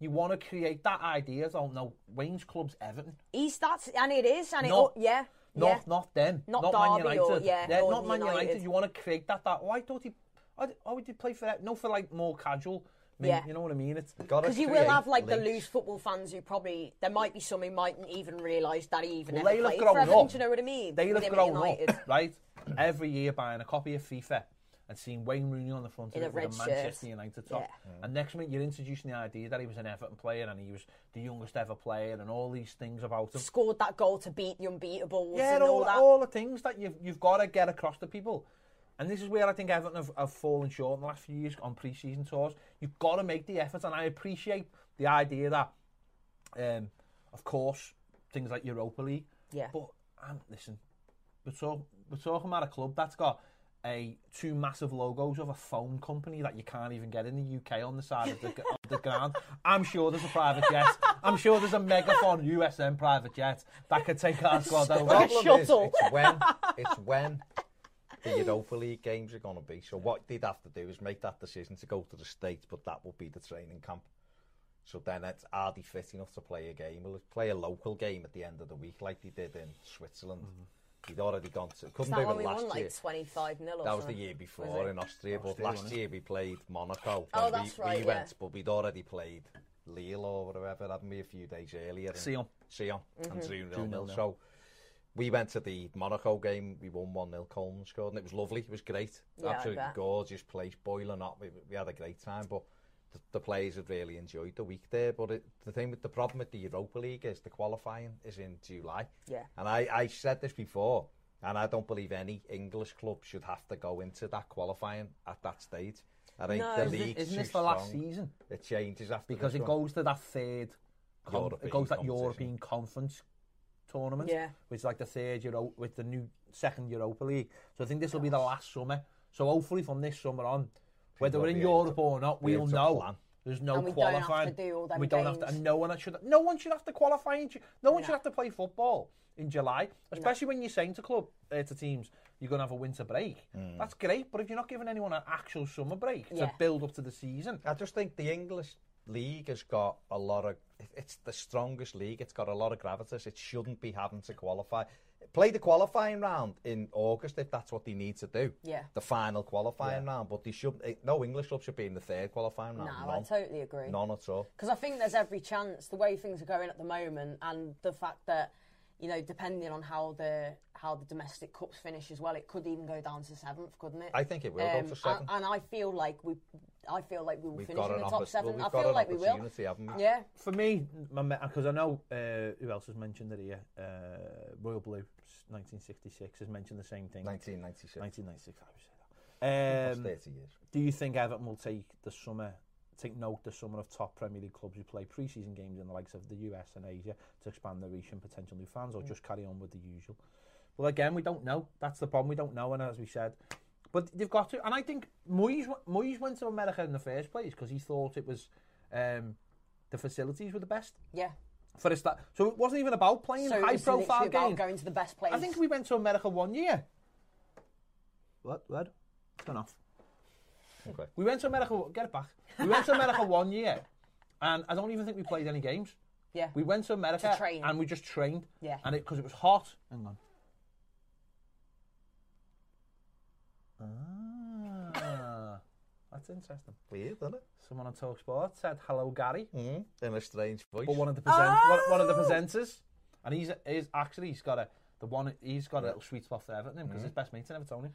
S2: You want to create that idea? I don't know. Wayne's club's Everton,
S4: He starts and it is and it
S2: No.
S4: oh, yeah.
S2: not
S4: yeah.
S2: not them,
S4: Not
S2: Man
S4: Derby
S2: United.
S4: or- yeah, or
S2: not Man United.
S4: United.
S2: You want to create that? That? Oh, I thought he, I, oh, he did play for that. No, for like more casual. Maybe,
S4: Yeah.
S2: You know what I mean? It's
S3: Gotta
S4: Because you will
S3: create
S4: have like the
S3: links.
S4: loose football fans who probably there might be some who mightn't even realise that he even
S2: Well,
S4: ever
S2: they'll have
S4: played
S2: grown
S4: for Everton,
S2: up.
S4: Do you know what I mean?
S2: They'll
S4: With
S2: have
S4: him at
S2: grown
S4: United.
S2: up, right? Every year buying a copy of FIFA and seeing Wayne Rooney on the front
S4: In a
S2: of it with a
S4: red shirt.
S2: Manchester United top.
S4: Yeah.
S2: And next minute you're introducing the idea that he was an Everton player and he was the youngest ever player and all these things about him.
S4: Scored that goal to beat the unbeatables
S2: Yeah,
S4: and
S2: and all,
S4: that.
S2: all the things that you've, you've got to get across to people. And this is where I think Everton have, have fallen short in the last few years on pre-season tours. You've got to make the effort, and I appreciate the idea that, um, of course, things like Europa League.
S4: Yeah.
S2: But um, listen, we're, talk, we're talking about a club that's got a two massive logos of a phone company that you can't even get in the UK on the side of the, of the ground. I'm sure there's a private jet. I'm sure there's a megaphone USM private jet that could take our squad over.
S4: Like a
S3: problem is,
S4: shuttle.
S3: it's when it's when the Europa League games are going to be. So what they'd have to do is make that decision to go to the states, but that will be the training camp. So then, it's are they
S2: Mm-hmm.
S3: fit enough to play a game? Well, play a local game at the end of the week, like they did in Switzerland, He'd already gone to.
S4: Is
S3: Couldn't
S4: that
S3: do
S4: why
S3: it
S4: we
S3: last
S4: won
S3: year.
S4: like 25 nil or
S3: That was the
S4: something?
S3: year
S4: Was
S3: before
S4: it?
S3: in Austria, but
S2: Austria,
S3: last
S2: wasn't it?
S3: year we played Monaco.
S4: Oh,
S3: and
S4: that's
S3: we,
S4: right,
S3: We
S4: yeah.
S3: went, but we'd already played Lille or whatever, hadn't we, a few days earlier? and-
S2: Sion.
S3: Sion and 2 0
S2: 2-0
S3: nil.
S2: nil.
S3: So we went to the Monaco game. We won 1 0. Coleman scored, and it was lovely. It was great.
S4: Yeah, I
S3: Absolutely
S4: bet.
S3: gorgeous place, boiling up. We, we had a great time, but the, the players had really enjoyed the week there. But it, the thing with the problem with the Europa League is the qualifying is in July.
S4: Yeah.
S3: And I, I said this before, and I don't believe any English club should have to go into that qualifying at that stage. I think
S4: No.
S3: the
S4: Isn't-
S3: league's
S2: Isn't
S3: too
S2: this the last
S3: strong.
S2: season?
S3: It changes after
S2: Because
S3: this
S2: it
S3: one.
S2: goes to that third, com-
S3: European
S2: it goes to that
S3: competition.
S2: European Conference tournament,
S4: Yeah.
S2: which is like the third Euro with the new second Europa League. So I think this will be the last summer. So hopefully from this summer on, whether
S3: will
S2: we're in
S3: be able
S2: Europe
S3: to-
S2: or not,
S3: be
S2: we'll
S3: able to
S2: know.
S3: plan.
S2: There's no
S4: And we don't have to
S2: qualifying.
S4: do all them
S2: we don't have to,
S4: games.
S2: and no one should. No one should have to qualify. In, Ju- no one should
S4: No.
S2: have to play football in July, especially when you're saying to club uh, to teams you're going to have a winter break.
S3: Hmm.
S2: That's great, but if you're not giving anyone an actual summer break to
S4: Yeah.
S2: build up to the season,
S3: I just think the English league has got a lot of. It's the strongest league. It's got a lot of gravitas. It shouldn't be having to qualify. Play the qualifying round in August if that's what they need to do.
S4: Yeah.
S3: The final qualifying round, but they should. eh, No English club should be in the third qualifying round.
S4: No, I
S3: None.
S4: totally agree.
S3: None at all.
S4: Because I think there's every chance the way things are going at the moment, and the fact that you know, depending on how the how the domestic cups finish as well, it could even go down to seventh, couldn't it?
S3: I think it will go to
S4: and-
S3: seventh.
S4: And, I feel like we, I feel like we will
S3: We've
S4: finish
S3: got
S4: in
S3: an
S4: the top
S3: oppor-
S4: seven.
S3: well, we've
S4: I
S3: got
S4: feel
S3: an
S4: like we will.
S3: opportunity, haven't we?
S4: Yeah,
S2: for me, because I know uh, who else has mentioned it here. Uh, Royal Blue, 1966, has mentioned the same thing.
S3: 1996.
S2: 1996, I would say that.
S3: That's
S2: Um,
S3: 30 years.
S2: do you think Everton will take the summer, take note the summer of top Premier League clubs who play pre-season games in the likes of the US and Asia to expand their reach and potential new fans, or just carry on with the usual? Well, again, we don't know. That's the problem. We don't know, and as we said, but they've got to. And I think Moyes, w- Moyes went to America in the first place because he thought it was um, the facilities were the best
S4: yeah.
S2: for a start. So it wasn't even about playing
S4: So it was
S2: high-profile
S4: literally about
S2: games.
S4: going to the best place.
S2: I think we went to America one year. What? What? It's gone off.
S3: Okay.
S2: We went to America. Get it back. We went to America one year, and I don't even think we played any games.
S4: yeah.
S2: We went to America
S4: To train.
S2: and we just trained.
S4: Yeah.
S2: And it because it was hot. Hang on. Ah, that's interesting.
S3: Weird, isn't it?
S2: Someone on Talksport said, "Hello, Gary."
S3: Mm. In a strange voice.
S2: But one of the present, one, one
S4: Oh!
S2: of the presenters, and he's is actually he's got a the one he's got a little sweet spot for Everton because
S3: Mm.
S2: his best mate's in Evertonian.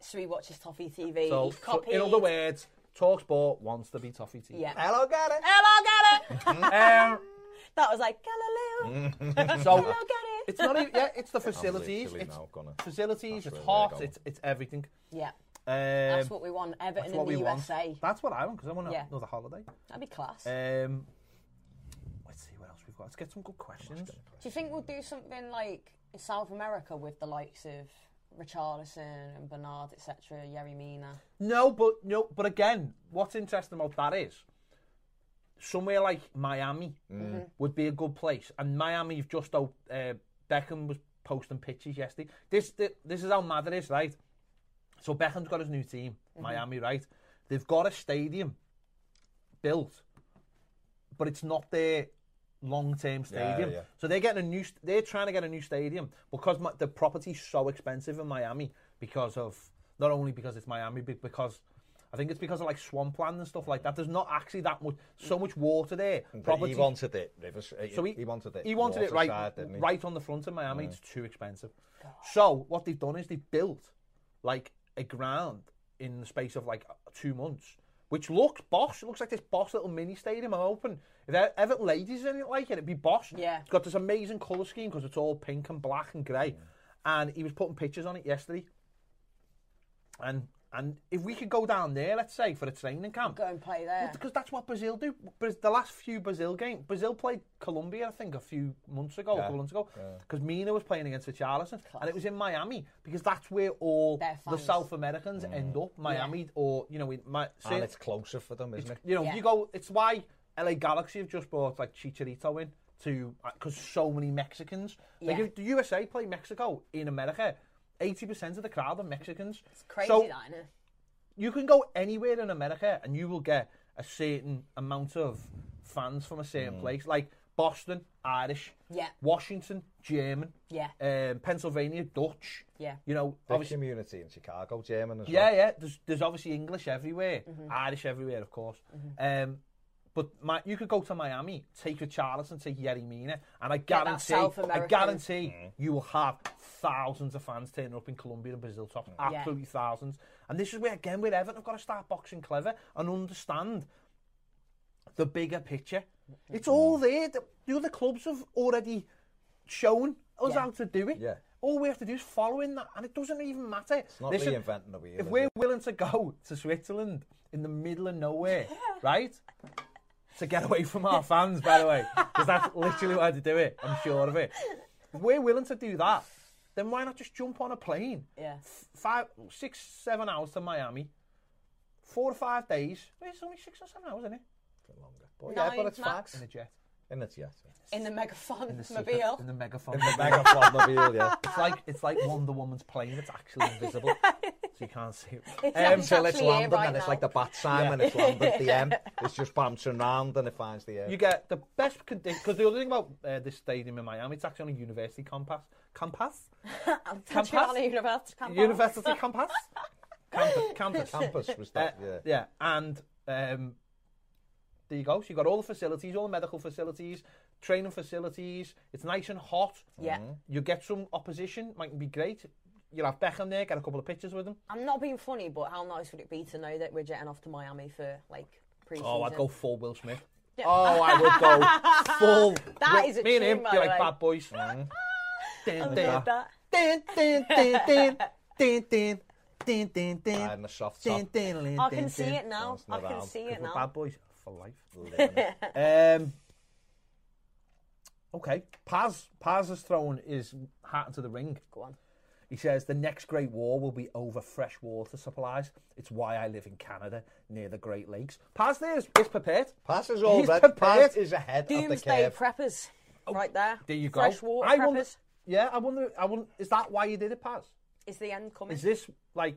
S4: So we watches Toffee TV.
S2: So,
S4: he's
S2: so
S4: copied.
S2: in other words, Talksport wants to be toffee tea.
S4: yeah.
S3: Hello, Gary.
S4: Hello, Gary.
S2: Um,
S4: that was like Galileo.
S2: so
S4: Hello, Gary.
S2: it's not even, yeah, it's the
S3: I'm literally
S2: facilities, it's
S3: now gonna-
S2: facilities,
S3: That's
S2: it's
S3: where we're
S2: hot,
S3: going.
S2: it's it's everything.
S4: Yeah.
S2: Um,
S4: That's what we want. Everton in the USA.
S2: want. That's what I want because I want
S4: Yeah.
S2: another holiday.
S4: That'd be class.
S2: Um, let's see what else we've got. Let's get some good questions.
S4: Do you think we'll do something like in South America with the likes of Richarlison and Bernard, etc., Yerry Mina?
S2: No, but no, but again, what's interesting about that is somewhere like Miami
S3: Mm-hmm.
S2: would be a good place, and Miami have just op- uh, Beckham was posting pictures yesterday. This, this this is how mad it is, right? So Beckham's got his new team,
S3: Mm-hmm.
S2: Miami, right? They've got a stadium built, but it's not their long-term stadium.
S3: yeah.
S2: So they're getting a new. st- They're trying to get a new stadium because my, the property's so expensive in Miami because of not only because it's Miami, but because I think it's because of like swampland and stuff like that. There's not actually that much, so much water there.
S3: But he wanted it, Rivers. He,
S2: So he,
S3: he wanted it.
S2: He wanted it right,
S3: waterside, didn't he?
S2: right on the front of Miami. It's too expensive. So what they've done is they've built like a ground in the space of like two months, which looks boss. It looks like this boss little mini stadium. I'm open. If there- Everton ladies in it like it, it'd be boss.
S4: Yeah.
S2: It's got this amazing colour scheme because it's all pink and black and grey.
S3: Mm.
S2: And he was putting pictures on it yesterday. And and if we could go down there, let's say for a training camp,
S4: Go and play there.
S2: because that's what Brazil do. Bra- The last few Brazil games, Brazil played Colombia, I think, a few months ago, a couple months ago, because Mina was playing against Richarlison, and it was in Miami because that's where all
S4: Their
S2: the
S4: fans. Mm. Ah,
S2: South Americans end up, Miami or you know, in my, say-
S3: And it's closer for them, isn't it?
S2: you know,
S4: Yeah.
S2: you go. It's why LA Galaxy have just brought like Chicharito in to because so many Mexicans. Like
S4: Yeah.
S2: if the USA play Mexico in America. 80% of the crowd are Mexicans. It's
S4: Crazy, that, isn't it?
S2: you can go anywhere in America and you will get a certain amount of fans from a certain place. Like Boston, Irish.
S4: Yeah.
S2: Washington, German.
S4: Yeah.
S2: Um, Pennsylvania, Dutch.
S4: Yeah.
S2: You know,
S3: The
S2: obviously.
S3: community in Chicago, German as
S2: Yeah,
S3: well.
S2: yeah. There's, there's obviously English everywhere,
S4: Mm-hmm.
S2: Irish everywhere, of course. Um, but my, you could go to Miami, take Richarlison, take Yerry Mina, and I
S4: that
S2: guarantee,
S4: South
S2: I
S4: American.
S2: guarantee
S3: Mm.
S2: you will have thousands of fans turning up in Colombia and Brazil tops,
S3: Mm.
S2: absolutely thousands. And this is where again, where Everton have got to start boxing clever and understand the bigger picture.
S4: Mm-hmm.
S2: It's all there. The, the other clubs have already shown us
S4: Yeah.
S2: how to do it.
S3: Yeah.
S2: All we have to do is follow in that, and it doesn't even matter. It's
S3: not reinventing the wheel,
S2: If
S3: is
S2: we're
S3: it?
S2: willing to go to Switzerland in the middle of nowhere, right? To get away from our fans, by the way, because that's literally how to do it. I'm sure of it. If we're willing to do that, then why not just jump on a plane?
S4: Yeah.
S2: F- Five, six, seven hours to Miami. Four or five days. It's only six or seven hours, isn't it?
S3: Yeah. Longer. But
S4: Nine
S3: yeah, but it's
S4: max.
S3: facts.
S2: In a jet.
S3: In it, yeah.
S4: in the megaphone
S2: In the secret-
S4: mobile.
S2: In the megaphone.
S3: In the mega flopmobile, yeah. Um,
S2: It's like it's like Wonder Woman's plane. It's actually invisible, so you can't see it.
S4: Um, It's
S3: Until it's
S4: actually here
S3: London,
S4: right
S3: and it's
S4: now.
S3: like the bat sign when it's London. The M, it's just bouncing round and it finds the air.
S2: You get the best conditions because the other thing about uh, this stadium in Miami, it's actually on a university campus. Campus?
S4: Campus?
S2: Campus?
S4: University campus.
S2: University campus? campus? Campus.
S3: Campus was
S2: Uh,
S3: that, yeah.
S2: yeah, and um, there you go. So you got all the facilities, all the medical facilities, training facilities. It's nice and hot.
S4: Yeah.
S2: You get some opposition, mightn't be great. You'll have Beckham there, get a couple of pictures with him.
S4: I'm not being funny, but how nice would it be to know that we're jetting off to Miami for like pre-season?
S2: Oh, I'd go full Will Smith. Oh, I would go full.
S4: That
S2: Will-
S4: is a
S2: Me and
S4: tune,
S2: him
S4: by
S2: be
S4: the
S2: like
S4: way.
S2: bad boys.
S3: Mm-hmm. Hmm?
S2: Dun, dun,
S4: Love that.
S2: dun, dun, dun, dun, dun, dun, dun, dun, dun,
S3: Hiding a soft
S2: dun,
S3: top.
S2: dun, dun,
S4: I
S2: dun,
S4: can see
S2: dun.
S4: it now.
S3: Bouncing
S4: I can
S3: around.
S4: see
S2: Because
S4: it
S2: we're
S4: now.
S2: bad boys for life.
S3: Living it.
S2: Um, okay, Paz. Paz has thrown his hat into the ring.
S4: Go on.
S2: He says the next great war will be over fresh water supplies. It's why I live in Canada, near the Great Lakes. Paz, there is, is prepared.
S3: Pass is
S2: He's
S3: over.
S2: prepared.
S3: Pass is ahead of the
S4: Doomsday
S3: curve.
S4: preppers, right there.
S2: Oh, There you go.
S4: Freshwater
S2: I
S4: preppers.
S2: wonder, yeah, I wonder. I wonder. Is that why you did it, Paz?
S4: Is the end coming?
S2: Is this like?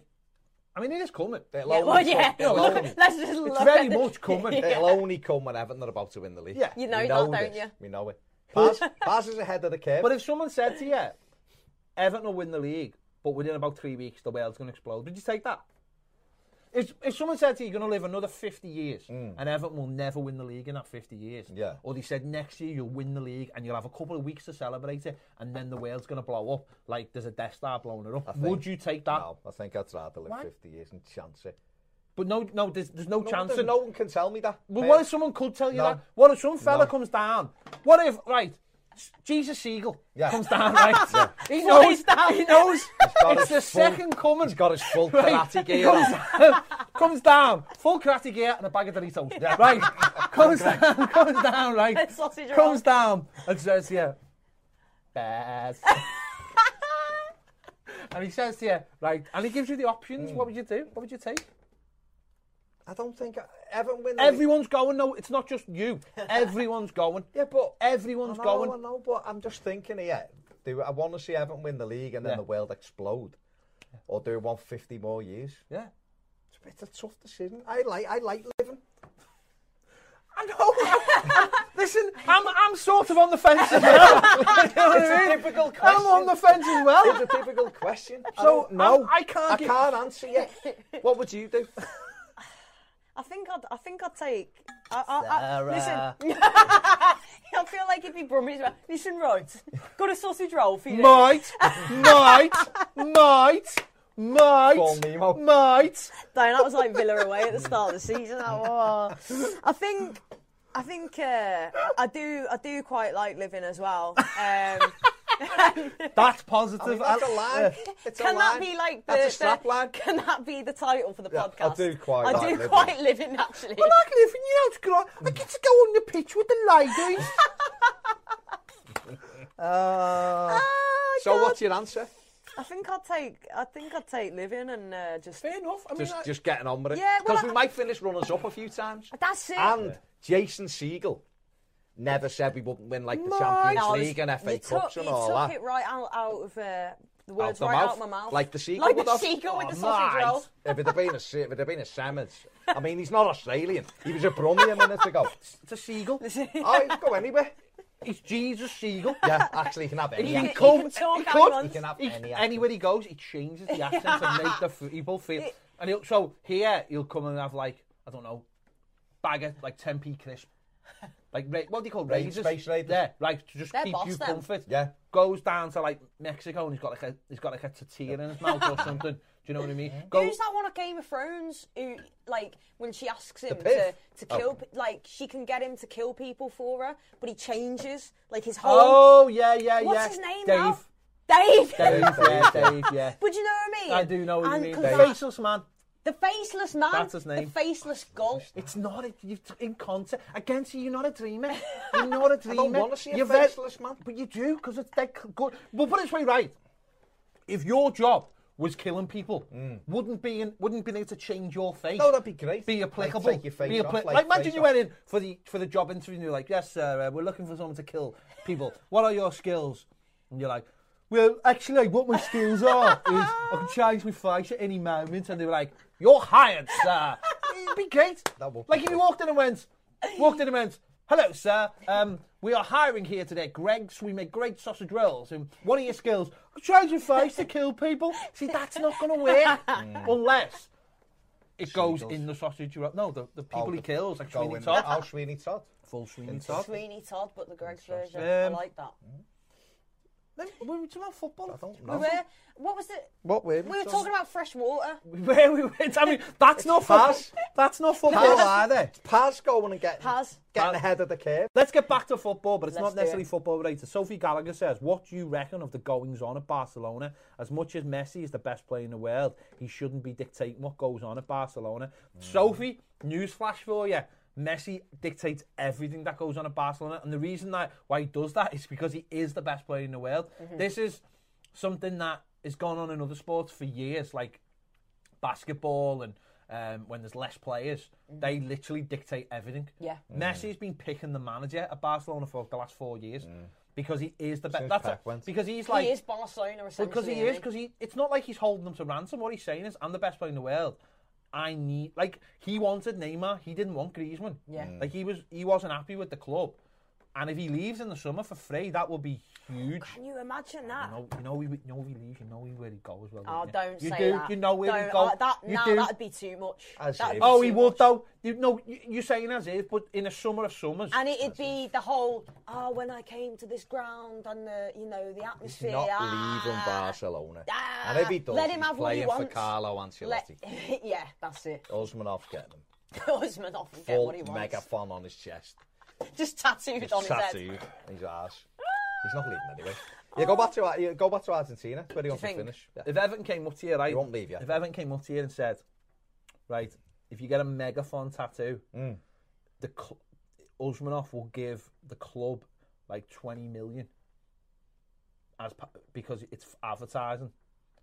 S2: I mean, it is coming.
S3: It'll
S4: yeah,
S3: only
S4: well,
S3: come-
S4: yeah.
S3: it'll
S4: Look,
S3: only-
S4: let's just look.
S2: It's very
S4: at the-
S2: much coming.
S3: It'll only come when Everton are about to win the league.
S2: Yeah.
S4: You
S3: We
S4: know that, don't
S3: this.
S4: you?
S3: We know it. Pass, pass is ahead of the curve.
S2: But if someone said to you, Everton will win the league, but within about three weeks the world's going to explode, would you take that? If, if someone said to you, you're going to live another 50 years and Everton will never win the league in that 50 years,
S3: Hmm. Yeah.
S2: or they said next year you'll win the league and you'll have a couple of weeks to celebrate it and then the world's going to blow up like there's a Death Star blowing it up,
S3: think-
S2: would you take that?
S3: no, I think I'd rather live
S2: Why?
S3: 50 years and chance it.
S2: But no, no, there's, there's no,
S3: No,
S2: chance.
S3: one-
S2: of-
S3: no one can tell me that.
S2: But
S3: Pers-
S2: what if someone could tell you
S3: No.
S2: that? What if some fella
S3: No.
S2: comes down? What if right? Jesus Siegel
S3: Yeah.
S2: comes down, right? He knows.
S4: Flies down.
S2: He knows.
S3: got
S2: It's the
S3: his full-
S2: second coming.
S3: He's got his full
S2: Right.
S3: karate gear on.
S2: comes down, full karate gear and a bag of Doritos. Right, comes down, comes down, right,
S4: Sausage
S2: comes down and says, "Yeah, Bears." and he says, "Yeah, right," and he gives you the options.
S3: Hmm.
S2: What would you do? What would you take?
S3: I don't think Everton win the league.
S2: Everyone's going. No, it's not just you. Everyone's going.
S3: Yeah, but
S2: Everyone's
S3: I know,
S2: going.
S3: I know, but I'm just thinking here. Do I want to see Everton win the league and then
S2: Yeah.
S3: the world explode, or do we want 50 more years?
S2: Yeah.
S3: It's a bit of a tough decision. I like, I like living.
S2: I know. Listen, I'm, I'm sort of on the fence as well. you know what
S3: It's a
S2: I mean?
S3: typical
S2: I'm on
S3: question.
S2: the fence as
S3: It's
S2: well.
S3: a difficult question. I
S2: So,
S3: don't know.
S2: I'm- I can't
S3: I
S2: give-
S3: can't answer you. What would you do?
S4: I think I'd. I think I'd take. I, I, I,
S2: Sarah.
S4: listen. I feel like it'd be Brummies. Listen, right. Got a sausage roll for you.
S2: Might, might, might,
S3: Call
S2: might,
S3: Nemo.
S2: might.
S4: Down. That was like Villa away at the start of the season. That was. I think. I think uh, I do. I do quite like living as well. Um,
S2: That's positive.
S3: That's a
S2: Al-
S3: lie. It's a
S4: can that
S3: lie.
S4: be like the,
S3: That's a strap
S4: the-
S3: line.
S4: Can that be the title for the
S3: Yeah, I
S4: podcast?
S3: do quite
S4: I
S3: like
S4: do
S3: living.
S4: quite living actually.
S2: I like living, you know, it's great. I get to go on the pitch with the ladies. Uh,
S4: Ah,
S3: So
S4: God.
S3: what's your answer?
S4: I think I'll take. I think I'll take living and uh, just.
S2: Fair enough. I mean,
S3: Just,
S2: I-
S3: just getting on with it.
S4: Yeah, well,
S3: Because
S4: I-
S3: we might finish runners up a few times.
S4: That's it.
S3: And Jason Siegel never said we wouldn't win like the
S2: No,
S3: Champions
S4: No, I was-
S3: League and FA
S4: you
S3: Cups
S4: took,
S3: and
S4: you
S3: all
S4: took
S3: that.
S4: it right out, out of uh, the words
S3: the
S4: right
S3: mouth,
S4: out my mouth,
S3: like the seagull
S4: like
S3: would
S4: the
S3: have.
S4: seagull with
S2: Oh,
S4: the sausage
S2: nice.
S4: roll.
S3: If it had been a, si- if it had been a Sammons, I mean, he's not Australian. He was a Brummie a minute ago.
S2: it's a seagull.
S3: Oh, he'd go anywhere.
S2: He's Jesus Siegel.
S3: Yeah, actually, he can have any.
S2: He
S3: accent.
S2: can come.
S4: talk
S2: He
S4: how
S2: could.
S4: he
S3: He
S4: wants.
S3: can have
S2: He-
S3: any. accent.
S2: anywhere he goes, he changes the accent to make the f- people feel. And he'll, so here he'll come and have like I don't know, bag of like 10p crisp, like ra- what do you call
S3: Raid-
S2: Rangers?
S3: Space Raiders.
S2: Yeah, like to just
S4: They're
S2: keep
S4: boss
S2: you
S4: then.
S2: comfort.
S3: Yeah.
S2: Goes down to like Mexico and he's got like a he's got like a tortilla in his mouth or something. Do you know what I mean? Go,
S4: Who's that one of Game of Thrones who, like, when she asks him to,
S3: Piff?
S4: to kill, pe- like, she can get him to kill people for her, but he changes, like, his whole.
S2: oh yeah, yeah, yeah.
S4: What's his name
S2: Dave.
S4: now? Dave.
S2: Dave, yeah, Dave, yeah.
S4: but you know what I mean?
S2: I do know what you
S4: And
S2: mean.
S4: 'cause that-
S2: Faceless man.
S4: the faceless man.
S2: That's his name.
S4: The faceless gull.
S2: It's not a, you in concert. Against you, you're not a dreamer. You're not a dreamer.
S3: wanna see a
S2: You're very-
S3: faceless man.
S2: But you do, because it's dead c- good. Well, put it this way, right? If your job was killing people, wouldn't be in, wouldn't be there to change your face.
S3: Mm. No, that'd be great.
S2: Be
S3: Like,
S2: applicable.
S3: take your face
S2: be
S3: off,
S2: appli-
S3: like,
S2: like, imagine
S3: face
S2: you
S3: off.
S2: went in for the for the job interview and you're like, yes, sir, uh, we're looking for someone to kill people. What are your skills? And you're like, well, actually, what my skills are is I can change my face at any moment. And they were like, you're hired, sir. It'd be great.
S3: That would be
S2: like if you
S3: good.
S2: walked in and went, walked in and went, hello, sir. Um, we are hiring here today, Greg's. We make great sausage rolls. And what are your skills? I can change my face to kill people. See, that's not going to work
S3: Mm.
S2: unless. It goes
S3: Seagulls.
S2: in the sausage roll. No, the, the people he
S3: the-
S2: kills, like
S3: Go
S2: Sweeney
S3: in.
S2: Todd.
S3: Al Sweeney Todd.
S2: Full Sweeney
S3: Into-
S2: Todd.
S4: Sweeney Todd, but the Greg's version. I
S2: Um,
S4: like that.
S2: Then we were talking about football.
S3: I don't
S4: We
S3: know.
S4: were. What was it?
S3: What were
S4: We were talking about fresh water.
S2: We were, we were. I mean, that's not football.
S3: Paz.
S2: That's not football
S3: Paz.
S2: either.
S3: Paz going and getting,
S4: Paz.
S3: getting ahead of the curve.
S2: Let's get back to football, but it's
S4: Let's
S2: not
S4: do
S2: necessarily
S4: it.
S2: football related. Sophie Gallagher says, "What do you reckon of the goings on at Barcelona? As much as Messi is the best player in the world, he shouldn't be dictating what goes on at Barcelona." Sophie, newsflash for you: Messi dictates everything that goes on at Barcelona, and the reason that why he does that is because he is the best player in the world.
S4: Mm-hmm.
S2: This is something that has gone on in other sports for years, like basketball and um, when there's less players, they literally dictate everything.
S4: Mm-hmm. Yeah.
S3: Mm.
S2: Messi's been picking the manager at Barcelona for the last four years because he is the best.
S3: Mm. Since
S2: That's
S3: Pep
S2: it.
S3: went.
S2: Because he's like
S4: he is Barcelona essentially.
S2: because he
S4: isn't
S2: is because he. It's not like he's holding them to ransom. What he's saying is, I'm the best player in the world. I need like he wanted Neymar. He didn't want Griezmann.
S4: Yeah. Mm.
S2: Like he was he wasn't happy with the club. And if he leaves in the summer for free, that will be huge.
S4: Can you imagine
S2: You
S4: that?
S2: know, you know, we, you know we leave. You know where he goes. Well,
S4: Oh,
S2: you?
S4: don't
S2: you
S4: say
S2: do,
S4: that.
S2: You know where
S4: don't,
S2: he goes.
S4: oh, that,
S2: you
S4: now
S2: do.
S4: that'd be too much.
S3: As
S4: That'd
S3: if.
S4: be
S2: Oh, he
S4: too
S2: would
S4: much.
S2: though. You know, you- you're saying as if, but in the summer of summers.
S4: And it'd be the whole, oh, when I came to this ground and the, you know, the
S3: He's
S4: atmosphere.
S3: not
S4: ah,
S3: leaving Barcelona.
S4: ah,
S3: and if he does,
S4: let him
S3: he's
S4: have what he
S3: playing for
S4: wants.
S3: Carlo
S4: Let-
S3: Ancelotti.
S4: yeah, that's it.
S3: Osmanov's getting him.
S4: Osman off and get
S3: Full
S4: what he wants.
S3: megaphone on his chest.
S4: Just tattooed on his head. Ah.
S3: tattooed in his arse. He's not leaving anyway. Yeah, go back to Ar- yeah, go back to Argentina. Where do you want to
S4: think?
S3: finish? Yeah.
S2: If Everton came up to you, right?
S3: He won't leave you.
S2: If Everton came up to you and said, right, if you get a megaphone tattoo,
S3: Mm.
S2: the cl- Usmanov will give the club like 20 million as pa- because it's advertising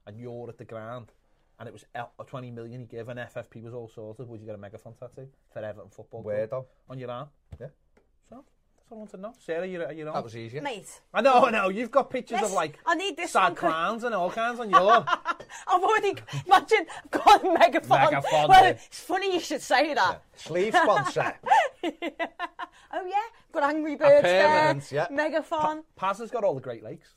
S2: and you're at the ground. And it was L- 20 million he gave, and FFP was all sorted. Would you get a megaphone tattoo for Everton football?
S3: Where
S2: club?
S3: though?
S2: On your arm?
S3: Yeah.
S2: So, that's all I want to know. Sarah, you're, you're on.
S3: That was easier.
S4: Mate,
S2: I know, I know. You've got pictures
S4: Let's-
S2: of like
S4: I need this
S2: sad
S4: one quick.
S2: clowns and all kinds on your.
S4: I've already imagine I've got a megaphone.
S2: Megaphone,
S4: well,
S2: yeah.
S4: it's funny you should say that.
S3: Sleeve sponsor.
S4: Oh yeah, got Angry Birds there.
S3: Appearance, yeah.
S4: Megaphone.
S2: Paz has got all the Great Lakes.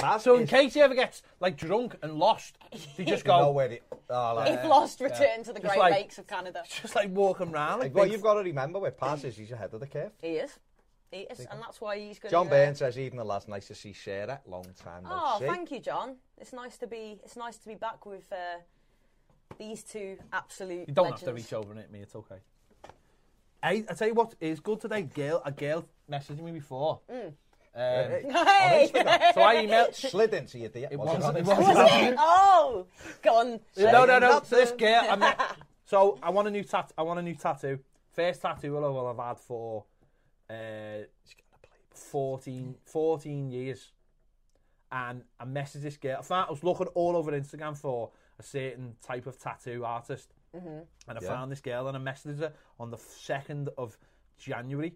S3: That's
S2: So in case he ever gets like drunk and lost, they just
S3: you know
S2: go
S3: where it. Oh, like,
S4: if lost, return to the
S2: Just
S4: Great
S2: like-
S4: Lakes of Canada.
S2: just like walking round. Like,
S3: well,
S2: big-
S3: you've got to remember where Paz is. He's ahead of the curve.
S4: He is. He is, and that's why he's going.
S3: John
S4: to,
S3: Byrne says, "Evening, lads. Nice to see Sarah. Long time no
S4: Oh,
S3: see."
S4: thank you, John. It's nice to be. It's nice to be back with uh, these two absolute.
S2: you don't
S4: legends.
S2: have to reach over and hit me. It's okay. Hey, I tell you what is good today. Girl, a girl messaged me before. Um,
S4: Hey!
S2: so I emailed.
S3: Slid into you, dear.
S2: It
S3: Was
S2: wasn't. It
S3: on
S2: wasn't.
S4: oh, go on.
S2: no, no, no.
S3: Not
S2: So this girl, I met. So I want a new tat. I want a new tattoo. First tattoo I will have had for uh, 14, 14 years, and I messaged this girl. I found I was looking all over Instagram for a certain type of tattoo artist, and I
S3: Yeah.
S2: found this girl, and I messaged her on the second of January,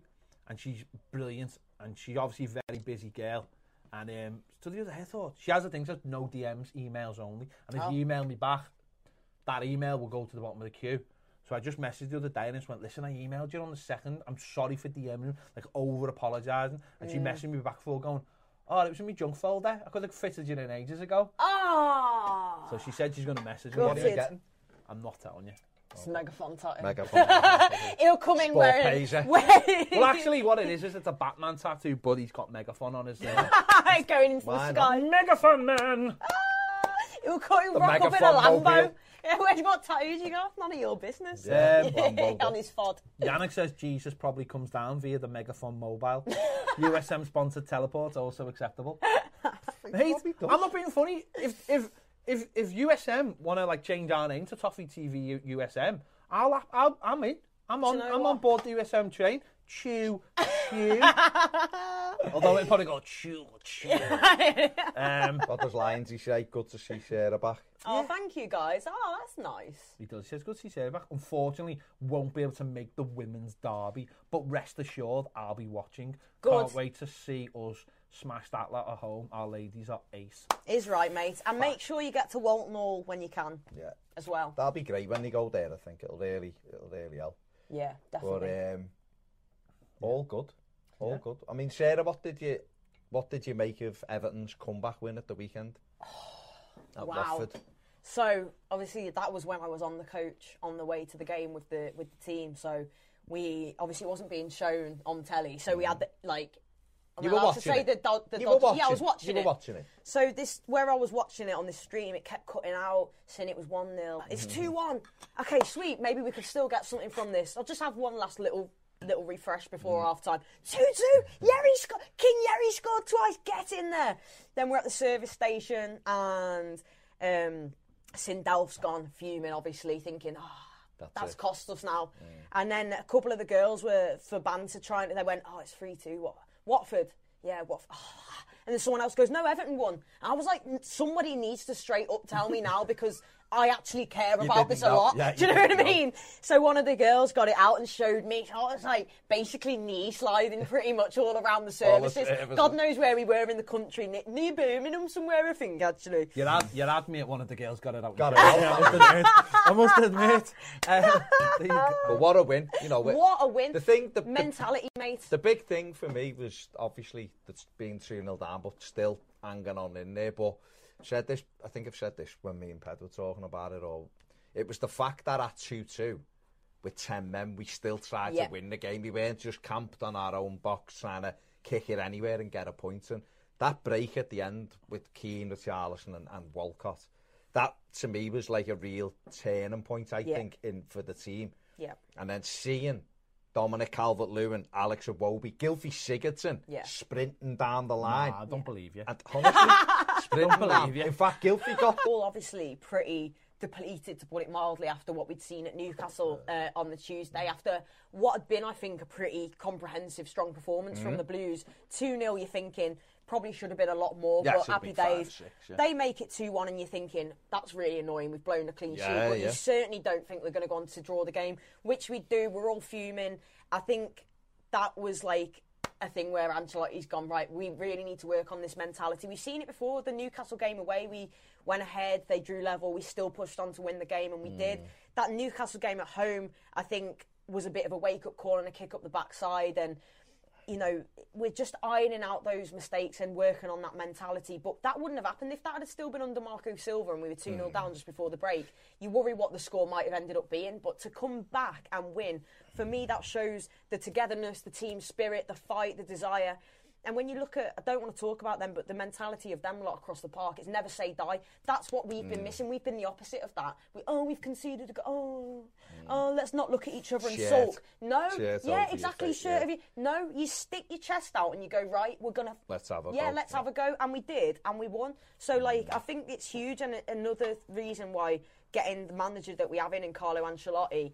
S2: and she's brilliant, and she's obviously a very busy girl. And um, so the other, I thought she has a thing says no DMs, emails only. And if you email me back, that email will go to the bottom of the queue. So I just messaged the other day and just went, listen, I emailed you on the second. I'm sorry for DMing, like over apologising. And she messaged me back for going, oh, it was in my junk folder. I could have fitted you in ages ago.
S4: Ah,
S2: So she said she's going to message me.
S3: What are you
S4: Gutted.
S3: getting?
S2: I'm not telling you.
S4: it's mega fun time.
S3: Mega fun.
S4: He'll come in
S3: Sport
S4: wearing.
S3: paiser.
S4: wearing
S2: Well, actually, what it is is it's a Batman tattoo, but he's got megaphone on his name.
S4: going into the
S3: Why
S4: sky.
S2: megaphone man.
S4: He'll cut him
S3: The
S4: rock up in a
S3: megaphone
S4: Lambo.
S3: mobile.
S4: Yeah, where do you got tattoos? You got none of your business.
S3: yeah,
S4: on
S3: Lambo.
S4: his fod.
S2: Yannick says Jesus probably comes down via the megaphone mobile. USM sponsored teleport also acceptable. Mate,
S3: probably does.
S2: I'm not being funny. If if if if USM want to like change our name to Toffee TV U- USM, I'll, I'll I'm in. I'm on.
S4: you know
S2: I'm
S4: what?
S2: on board the USM train. Chew, chew. Although it probably go chew, chew. um,
S3: What does Lyonsy say? Good to see Sarah back.
S4: Oh, thank you guys. Oh, that's nice.
S2: He does. He says, good to see Sarah back. Unfortunately, won't be able to make the women's derby, but rest assured, I'll be watching. Can't
S4: Good.
S2: wait to see us smash that lot at home. Our ladies are ace.
S4: Is right, mate. And make sure you get to Walton Hall when you can
S3: Yeah,
S4: as well.
S3: that'll be great when they go there. I think it'll really, it'll really help.
S4: Yeah,
S3: But
S4: definitely.
S3: um, all good, all good. I mean, Sarah, what did you, what did you make of Everton's comeback win at the weekend at
S4: Wow.
S3: Watford?
S4: So obviously that was when I was on the coach on the way to the game with the with the team. So we obviously it wasn't being shown on telly. So we had the, like. I'm
S3: Mm. You were
S4: allowed to
S3: watching
S4: say
S3: it.
S4: the, dod- the
S3: You were
S4: dodgy-
S3: watching.
S4: Yeah, I was watching
S3: You
S4: it.
S3: were watching it.
S4: So this, where I was watching it on this stream, it kept cutting out, saying it was one 0 It's
S3: Mm-hmm.
S4: two one. Okay, sweet. Maybe we could still get something from this. I'll just have one last little little refresh before
S3: Mm.
S4: half time. Two two. Yerry scored. King Yerry scored twice. Get in there. Then we're at the service station and um, Sindelf's gone fuming, obviously thinking, ah.
S3: That's
S4: that's
S3: it.
S4: cost us now. And then a couple of the girls were for banter trying to, they went, oh, it's 3 2. What, Watford? Yeah, Watford. And then someone else goes, no, Everton won. And I was like, "N- somebody needs to straight up tell me now because I actually care about
S3: didn't
S4: this a
S3: know.
S4: lot.
S3: Yeah,
S4: Do you
S3: you
S4: know what I
S3: didn't know.
S4: mean? So one of the girls got it out and showed me. So I was like basically knee sliding pretty much all around the
S3: the
S4: services.
S3: services.
S4: God knows where we were in the country, ne- near Birmingham somewhere, I think, actually.
S2: Your ad, your ad mate, one of the girls got it out.
S3: Got
S2: with
S3: it
S2: you.
S3: out.
S2: I must admit. I must admit. Um, there you go.
S3: But what a win! You know it-
S4: What a win.
S3: The thing, the, the
S4: Mentality, mate.
S3: The big thing for me was obviously that's being 2 0 down, but still hanging on in there. But said this, I think I've said this when me and Ped were talking about it all. It was the fact that at 2 2, with 10 men, we still tried
S4: Yeah.
S3: to win the game. We weren't just camped on our own box trying to kick it anywhere and get a point. And that break at the end with Keane, Richarlison, and, and Walcott, that to me was like a real turning point, I
S4: Yeah.
S3: think, in for the team.
S4: Yeah.
S3: And then seeing Dominic Calvert Lewin, Alex Awobi, Gilfie Sigurdsson
S4: Yeah.
S3: sprinting down the line.
S2: Nah, I don't believe you.
S3: And honestly, sprinting down.
S2: believe you.
S3: In fact, Gilfie got.
S4: all obviously pretty depleted, to put it mildly, after what we'd seen at Newcastle uh, on the Tuesday, after what had been, I think, a pretty comprehensive, strong performance
S3: Mm-hmm.
S4: from the Blues. 2 0, you're thinking. Probably should have been a lot more,
S3: Yeah,
S4: but
S3: should have
S4: happy
S3: been five,
S4: days.
S3: six, yeah.
S4: They make it 2 1, and you're thinking, that's really annoying. We've blown a clean sheet,
S3: Yeah,
S4: but
S3: yeah.
S4: you certainly don't think we're going to go on to draw the game, which we do. We're all fuming. I think that was like a thing where Ancelotti's gone right. We really need to work on this mentality. We've seen it before. The Newcastle game away, we went ahead, they drew level, we still pushed on to win the game, and we did.
S3: Mm.
S4: That Newcastle game at home, I think, was a bit of a wake up call and a kick up the backside, and you know we're just ironing out those mistakes and working on that mentality. But that wouldn't have happened if that had still been under Marco Silva and we were two
S3: Mm.
S4: 0 down just before the break. You worry what the score might have ended up being, but to come back and win, for me, that shows the togetherness, the team spirit, the fight, the desire. And when you look at, I don't want to talk about them, but the mentality of them lot across the park is never say die. That's what we've
S3: Mm.
S4: been missing. We've been the opposite of that. We, oh, we've conceded a go. Oh, oh, let's not look at each other and
S3: Mm. Shirt.
S4: sulk. No,
S3: Shirt over
S4: yeah,
S3: your
S4: exactly.
S3: face,
S4: shirt
S3: yeah.
S4: over your- No, you stick your chest out and you go right. We're gonna
S3: Let's have a Mm.
S4: yeah,
S3: go.
S4: let's have a go. And we did, and we won. So, like, I think it's huge. And a- another reason why getting the manager that we have in, in Carlo Ancelotti,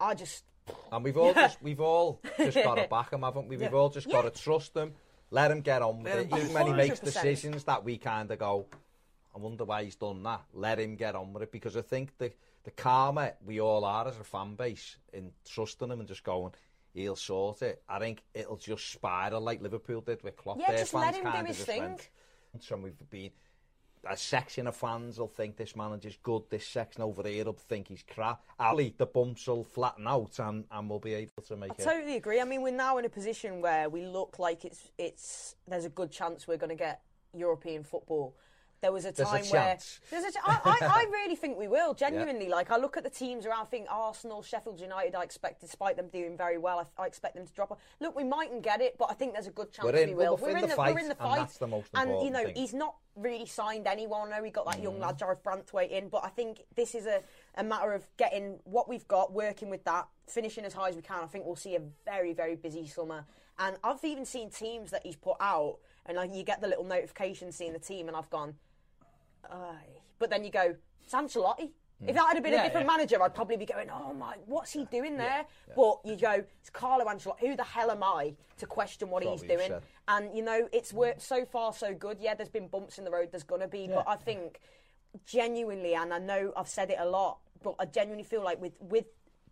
S4: I just
S3: And we've all just, we've all just got to back him, haven't we? We've all just got to trust him, let him get on with
S2: Let
S3: it.
S2: him do
S3: Even when he makes
S4: 100%.
S3: decisions that we kind of go, I wonder why he's done that. Let him get on with it because I think the the karma we all are as a fan base in trusting him and just going, he'll sort it. I think it'll just spiral like Liverpool did with Klopp.
S4: Yeah,
S3: Their
S4: just
S3: fans
S4: let him do
S3: kinda
S4: his
S3: just
S4: thing.
S3: went, and we've been a section of fans will think this manager's good. This section over here will think he's crap. Ali, the bumps will flatten out, and, and we'll be able to make
S4: I
S3: it.
S4: totally agree. I mean, we're now in a position where we look like it's it's there's a good chance we're going to get European football. There was a
S3: There's a
S4: time where
S3: chance.
S4: there's a ch- I, I, I really think we will genuinely. Like I look at the teams around, think Arsenal, Sheffield United. I expect, despite them doing very well, I, I expect them to drop off. Look, we mightn't get it, but I think there's a good chance
S3: We're in-
S4: we
S3: well,
S4: will.
S3: we're in the fight,
S4: we're in the
S3: and
S4: fight,
S3: that's the most
S4: And, you
S3: important
S4: know,
S3: thing. Mm.
S4: he's not really signed anyone. I know we got that young lad Jared Brantwaite in, but I think this is a, a matter of getting what we've got, working with that, finishing as high as we can. I think we'll see a very very busy summer, and I've even seen teams that he's put out, and like you get the little notification seeing the team, and I've gone, Aye. But then you go, it's Ancelotti.
S3: Mm.
S4: If that had been a
S2: Yeah,
S4: different
S2: yeah.
S4: manager, I'd probably be going, oh my, what's he doing there? But you go, it's Carlo Ancelotti. Who the hell am I to question what
S3: That's
S4: he's
S3: what we've
S4: doing?
S3: said.
S4: And, you know, it's worked so far so good. Yeah, there's been bumps in the road, there's going to be. But I think genuinely, and I know I've said it a lot, but I genuinely feel like with, with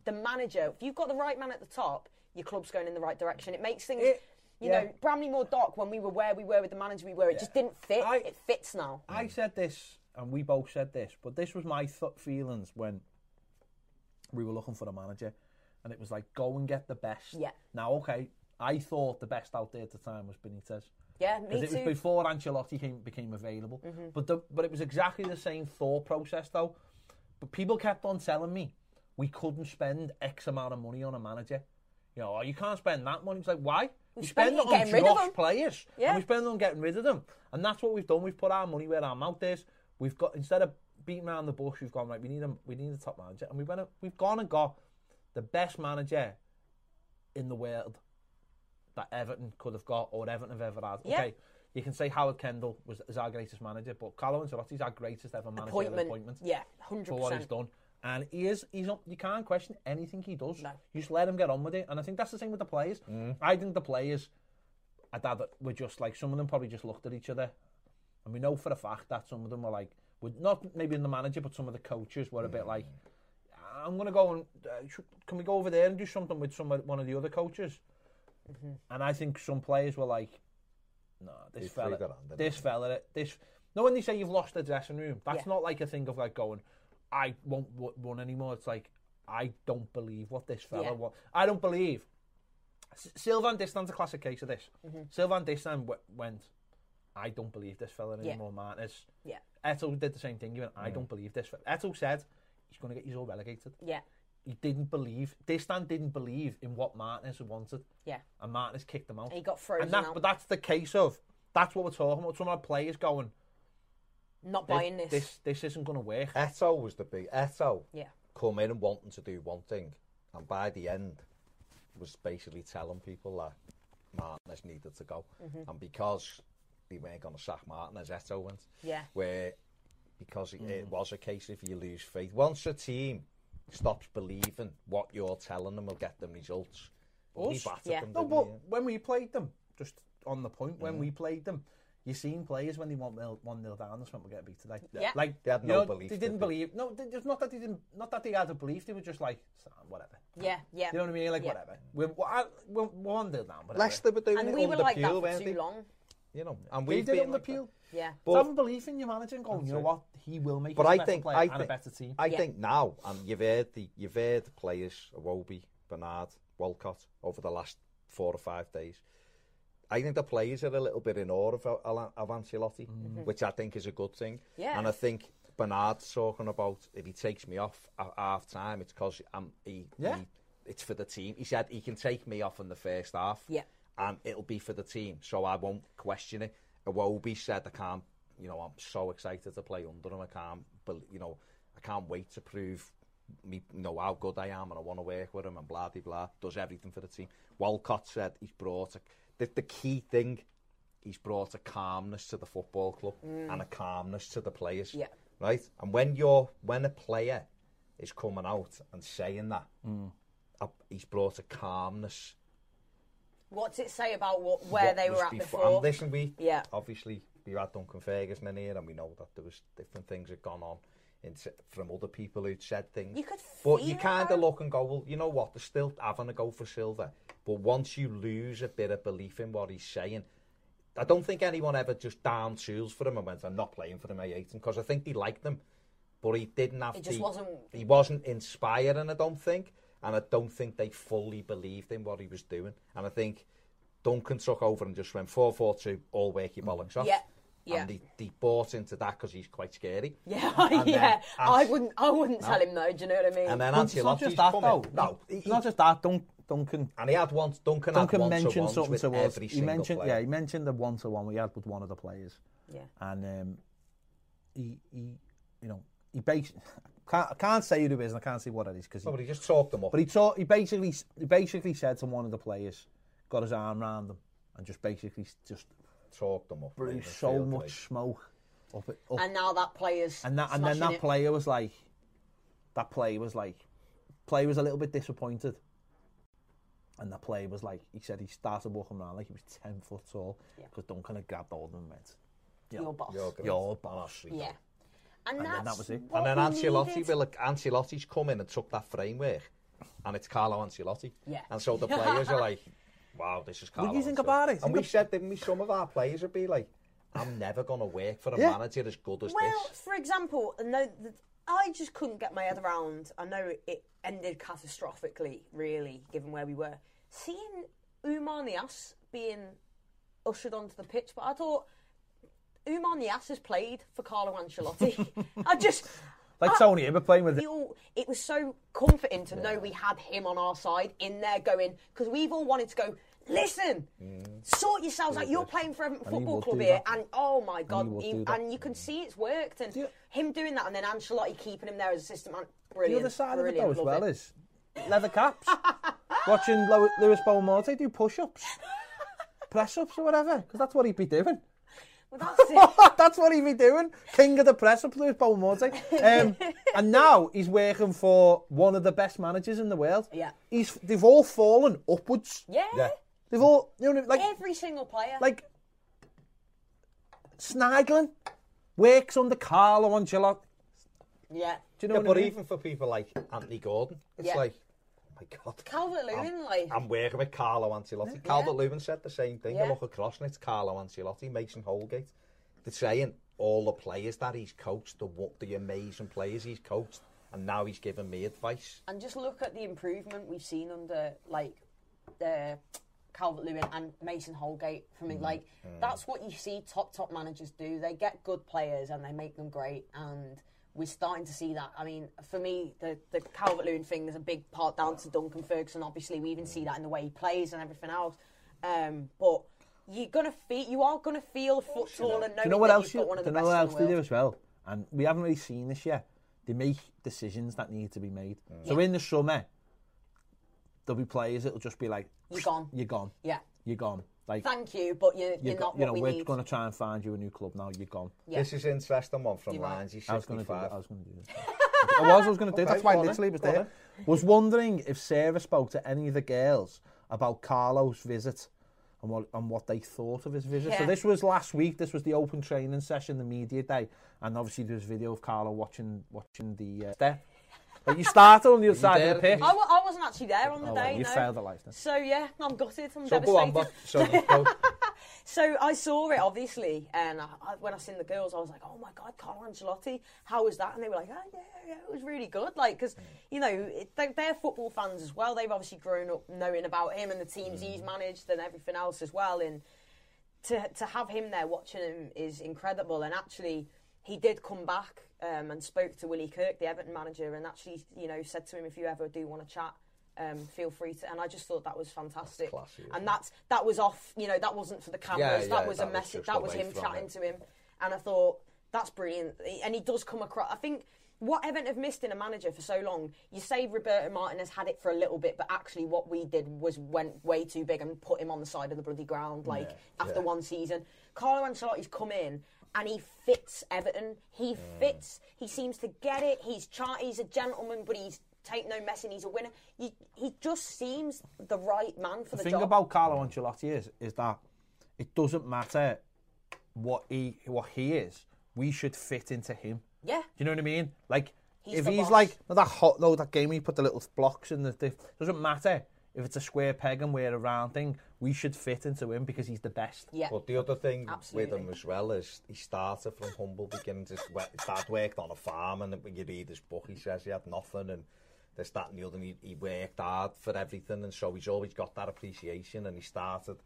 S4: the manager, if you've got the right man at the top, your club's going in the right direction. It makes things.
S2: It-
S4: you
S2: yeah.
S4: know, Bramley Moore Dock, when we were where we were with the manager we were, it just didn't fit.
S2: I-
S4: it fits now.
S2: I said this, and we both said this, but this was my th- feelings when we were looking for a manager, and it was like go and get the best.
S4: Yeah.
S2: Now, okay, I thought the best out there at the time was Benitez.
S4: Yeah, me
S2: Because it was
S4: too. Mm-hmm.
S2: before Ancelotti came, became available, but the, but it was exactly the same thought process though. But people kept on telling me we couldn't spend X amount of money on a manager. You know, oh, you can't spend that money. It's like why? We,
S4: spent it
S2: spend it on
S4: getting rid of
S2: dross
S4: them.
S2: players. and
S4: Yeah.
S2: we spend it on getting rid of them. And that's what we've done. We've put our money where our mouth is. We've got instead of beating around the bush, we've gone right. We need a we need a top manager, and we went. and- We've gone and got the best manager in the world that Everton could have got or Everton have ever had.
S4: Yeah.
S2: Okay, you can say Howard Kendall was is our greatest manager, but Carlo Ancelotti's our greatest ever manager.
S4: appointment.
S2: appointment
S4: Yeah, hundred
S2: for what he's
S4: percent.
S2: done. And he is, he's not, you can't question anything he does.
S4: No.
S2: You just let him get on with it. And I think that's the same with the players.
S3: Mm.
S2: I think the players, I dad were just like, some of them probably just looked at each other. And we know for a fact that some of them were like, were not maybe in the manager, but some of the coaches were a bit like,
S3: Mm.
S2: I'm going to go and, uh, sh- can we go over there and do something with some of- one of the other coaches?
S4: Mm-hmm.
S2: And I think some players were like, no, this
S3: They threw
S2: fella,
S3: their hand in,
S2: this fella, this. No, when they say you've lost the dressing room, that's
S4: Yeah.
S2: not like a thing of like going, I won't w- run anymore. It's like I don't believe what this fella
S4: Yeah.
S2: wa- I don't believe. S- Sylvan Distan's a classic case of this.
S4: Mm-hmm.
S2: Sylvan Distan w- went, I don't believe this fella
S4: Yeah.
S2: anymore, Martinez.
S4: Yeah.
S2: Eto did the same thing. He went, I don't believe this. fella." Eto said he's going to get you all relegated.
S4: Yeah,
S2: He didn't believe. Distan didn't believe in what Martinez wanted
S4: yeah.
S2: and Martinez kicked them out.
S4: And he got frozen
S2: And that,
S4: out.
S2: But that's the case of that's what we're talking about. Some of our players going,
S4: Not
S2: this
S4: buying this.
S2: this, this isn't going to work.
S3: Eto was the big Eto.
S4: Yeah.
S3: Come in and wanting to do one thing, and by the end, was basically telling people that Martinez needed to go,
S4: Mm-hmm.
S3: and because they weren't going to sack Martinez, Eto went.
S4: Yeah. Mm-hmm.
S3: Where because it, it was a case if you lose faith once a team stops believing what you're telling them will get them results. He
S2: Us?
S3: battered
S4: Yeah.
S3: them,
S2: No,
S3: didn't
S2: but
S3: he?
S2: when we played them, just on the point, when we played them, you seen players when they want one 0 down, this one will get beat today.
S4: Yeah.
S2: Like
S3: They had
S2: you
S3: no
S2: know,
S3: belief,
S2: They
S3: did
S2: didn't
S3: they?
S2: believe. No, they- it's not that they didn't. Not that they had a belief. They were just like "Ah, whatever.
S4: yeah, yeah.
S2: You know what I mean? Like
S4: Yeah.
S2: whatever. We're, we're, we're one 0 down. Whatever.
S3: Leicester were doing
S4: And
S3: it
S4: we
S3: under
S4: were like
S3: Peel,
S4: that
S3: weren't
S4: for
S3: they?
S4: too long.
S3: You know, and
S2: we
S3: we've
S2: did
S3: been
S2: on the
S3: like that.
S2: appeal.
S4: Yeah.
S2: But,
S3: But-
S2: having belief in your manager and going, you know
S3: it.
S2: what, he will make.
S3: But
S2: us a
S3: I
S2: better
S3: think
S2: player
S3: I
S2: and
S3: think
S2: a better team.
S3: I
S4: Yeah.
S3: think now, and you've heard the you've heard the players, Awobi, Bernard, Walcott, over the last four or five days. I think the players are a little bit in awe of, Al- of Ancelotti, which I think is a good thing.
S4: Mm. Yeah.
S3: And I think Bernard's talking about if he takes me off at half time, it's because he,
S2: Yeah.
S3: he it's for the team. He said he can take me off in the first half.
S4: Yeah.
S3: And it'll be for the team, so I won't question it. Iwobi said, I can't, you know, I'm so excited to play under him. I can't, bel- you know, I can't wait to prove me, you know, how good I am and I want to work with him and blah, blah, blah. Does everything for the team. Walcott said he's brought, a, the, the key thing, he's brought a calmness to the football club and a calmness to the players.
S4: Yeah.
S3: Right? And when you're, when a player is coming out and saying that, a, he's brought a calmness
S4: What's it say about what where
S3: what
S4: they
S3: was
S4: were at before?
S3: And listen, we
S4: Yeah.
S3: obviously we had Duncan Ferguson in here, and we know that there was different things had gone on in, from other people who'd said things.
S4: You could
S3: but you
S4: feel
S3: kind
S4: that.
S3: of look and go, well, you know what? They're still having a go for silver, but once you lose a bit of belief in what he's saying, I don't think anyone ever just downed tools for him and went, I'm not playing for them, I hate him, because I think he liked them. But he didn't have
S4: It just
S3: the-
S4: wasn't-
S3: He wasn't inspiring, I don't think. And I don't think they fully believed in what he was doing. And I think Duncan took over and just went 4 4 2, all work your bollocks off.
S4: Yeah, yeah.
S3: And he, he bought into that because he's quite scary.
S4: Yeah,
S3: then
S4: yeah. I
S3: Ange-
S4: wouldn't. I wouldn't tell him no. Do you know what I mean?
S3: And then
S2: Well, it's not
S3: Ancelotti's
S2: just that,
S3: come
S2: though.
S3: in. No, he-
S2: it's
S3: he-
S2: not just that. Dun- Duncan
S3: and he had one. Duncan,
S2: Duncan
S3: had one
S2: mentioned
S3: to
S2: something
S3: with
S2: to us.
S3: every
S2: He
S3: single
S2: mentioned,
S3: player.
S2: yeah, he mentioned the one to one we had with one of the players,
S4: yeah.
S2: and um, he, he, you know, he basically can't, I can't say who it is, and I can't say what it is because.
S3: No, but he just talked them up.
S2: But he taught, he basically s- he basically said to one of the players, got his arm round them, and just basically s- just
S3: talked them up.
S2: blew
S3: Even
S2: so
S3: field
S2: much
S3: league.
S2: smoke up, it- up
S4: And now that player's
S2: and that and then
S4: smashing
S2: that
S4: it.
S2: player was like, that player was like, player was a little bit disappointed, and that player was like, he said he started walking around like he was ten foot tall because Duncan had grabbed hold of him and went,
S4: your boss.
S3: You're great.
S2: "Your boss."
S4: yeah. And,
S2: then
S4: that's
S2: that was it. And
S4: what
S3: And then
S4: we
S3: Ancelotti,
S4: needed.
S3: will, Ancelotti's come in and took that framework, and it's Carlo Ancelotti.
S4: Yeah.
S3: And so the players are like, "Wow, this is Carlo."
S2: you think
S3: Ancelotti."
S2: about it?
S3: And
S2: Think
S3: we
S2: ab-
S3: said, didn't we? Some of our players would be like, "I'm never gonna work for a
S2: Yeah.
S3: manager as good as
S4: Well,
S3: this."
S4: for example, no, th- I just couldn't get my head around. I know it ended catastrophically, really, given where we were. Seeing Umar Nias being ushered onto the pitch, but I thought Umar Nias has played for Carlo Ancelotti. I just.
S2: Like
S4: I-
S2: Tony, ever playing with
S4: we all- it was so comforting to know we had him on our side in there going because we've all wanted to go listen sort yourselves out you're playing for Everton
S2: he
S4: Football
S2: will
S4: Club
S2: do
S4: here
S2: that.
S4: and oh my god
S2: will
S4: he-
S2: do that.
S4: and you can see it's worked and
S2: Yeah.
S4: him doing that and then Ancelotti keeping him there as assistant man
S2: the
S4: brilliant
S2: other side of it
S4: brilliant,
S2: though as
S4: love
S2: well
S4: it.
S2: is leather caps. Watching Lo- Lewis Belmonte do push-ups, press-ups or whatever, because that's what he'd be doing.
S4: well, that's it
S2: That's what he'd be doing. King of the press up Lewis Belmonte. Um, and now he's working for one of the best managers in the world.
S4: Yeah.
S2: He's they've all fallen upwards.
S4: yeah,
S3: Yeah.
S2: They've all you know like
S4: every single player
S2: like Snidlin works under Carlo Ancelotti.
S4: yeah
S2: Do you know
S3: Yeah,
S2: what
S3: but
S2: I mean?
S3: even for people like Anthony Gordon, it's
S4: Yeah.
S3: like, "Oh my God."
S4: Calvert-Lewin like
S3: I'm working with Carlo Ancelotti. Calvert Lewin said the same thing. I
S4: Yeah.
S3: look across and it's Carlo Ancelotti, Mason Holgate. They're saying all the players that he's coached, the what the amazing players he's coached, and now he's giving me advice.
S4: and just look at the improvement we've seen under like uh, Calvert Lewin and Mason Holgate. From
S2: Mm-hmm.
S4: it, like that's what you see top top managers do. They get good players and they make them great. And we're starting to see that. I mean, for me, the the Calvert Lewin thing is a big part down to Duncan Ferguson. Obviously, we even
S2: Mm.
S4: see that in the way he plays and everything else. Um, but you're gonna feel you are gonna feel foot tall and
S2: Do
S4: knowing
S2: you know what
S4: that
S2: else?
S4: you've got one of the
S2: do you know
S4: best
S2: what
S4: in
S2: else
S4: the
S2: they do
S4: world.
S2: as well? And we haven't really seen this yet. They make decisions that need to be made. So in the summer, there'll be players. It'll just be like,
S4: You're gone.
S2: You're gone.
S4: Yeah,
S2: You're gone. Like
S4: thank you, but you're,
S2: you're
S4: you're
S2: go-
S4: not
S2: you
S4: what
S2: know,
S4: we
S2: are
S4: need.
S2: gonna try and find you a new club now. You're gone.
S4: Yeah.
S3: This is interesting one from
S4: You are.
S3: Lanzi,
S2: I was gonna do that. I
S3: 65.
S2: was gonna do that. I was. I was gonna do. it.
S3: Okay,
S2: That's why
S3: go on
S2: literally
S3: then,
S2: was
S3: go on
S2: there. Was wondering if Sarah spoke to any of the girls about Carlo's visit and what and what they thought of his visit. So
S4: Yeah.
S2: this was last week. This was the open training session, the media day, and obviously there was video of Carlo watching watching the uh, step. Like you started on the other side
S3: there
S2: of the pitch.
S4: I, w- I wasn't actually there on the
S2: Oh, well,
S4: day.
S2: you
S4: no.
S2: failed at life then.
S4: So yeah, I'm gutted. I'm
S3: So go on,
S4: devastated.
S3: but so go,
S4: so I saw it obviously, and I, I, when I seen the girls, I was like, "Oh my god, Carlo Ancelotti, how was that?" And they were like, "Oh yeah, yeah, it was really good." Like
S3: Mm.
S4: because you know it, they, they're football fans as well. They've obviously grown up knowing about him and the teams he's
S3: Mm.
S4: managed and everything else as well. And to to have him there watching him is incredible. And actually, he did come back um, and spoke to Willie Kirk, the Everton manager, and actually, you know, said to him, if you ever do want to chat, um, feel free to. And I just thought that was fantastic.
S3: classy, isn't
S4: and that's that was off. You know, that wasn't for the cameras.
S3: yeah,
S4: that was
S3: that
S4: a
S3: was
S4: message.
S3: just
S4: that was
S3: away
S4: him
S3: from
S4: chatting
S3: it.
S4: to him. And I thought that's brilliant. And he does come across. I think. What Everton have missed in a manager for so long, you say Roberto Martinez had it for a little bit, but actually what we did was went way too big and put him on the side of the bloody ground. Like after
S3: yeah.
S4: one one season. Carlo Ancelotti's come in and he fits Everton. He
S3: Mm.
S4: fits. He seems to get it. He's char- he's a gentleman, but he's take no messing. He's a winner. He he just seems the right man for the,
S2: the thing
S4: job.
S2: about Carlo Ancelotti is is that it doesn't matter what he what he is. We should fit into him.
S4: Yeah.
S2: Do you know what I mean? Like
S4: He's
S2: if
S4: the
S2: he's
S4: boss.
S2: like that hot no that game he put the little blocks in the, the doesn't matter. If it's a square peg and we're a round thing, we should fit into him because he's the best.
S4: Yeah.
S3: But the other thing
S4: Absolutely.
S3: with him as well is he started from humble beginnings. His wa- his dad worked on a farm, and when you read his book, he says he had nothing, and there's that and the other. And he, he worked hard for everything, and so he's always got that appreciation. And he started,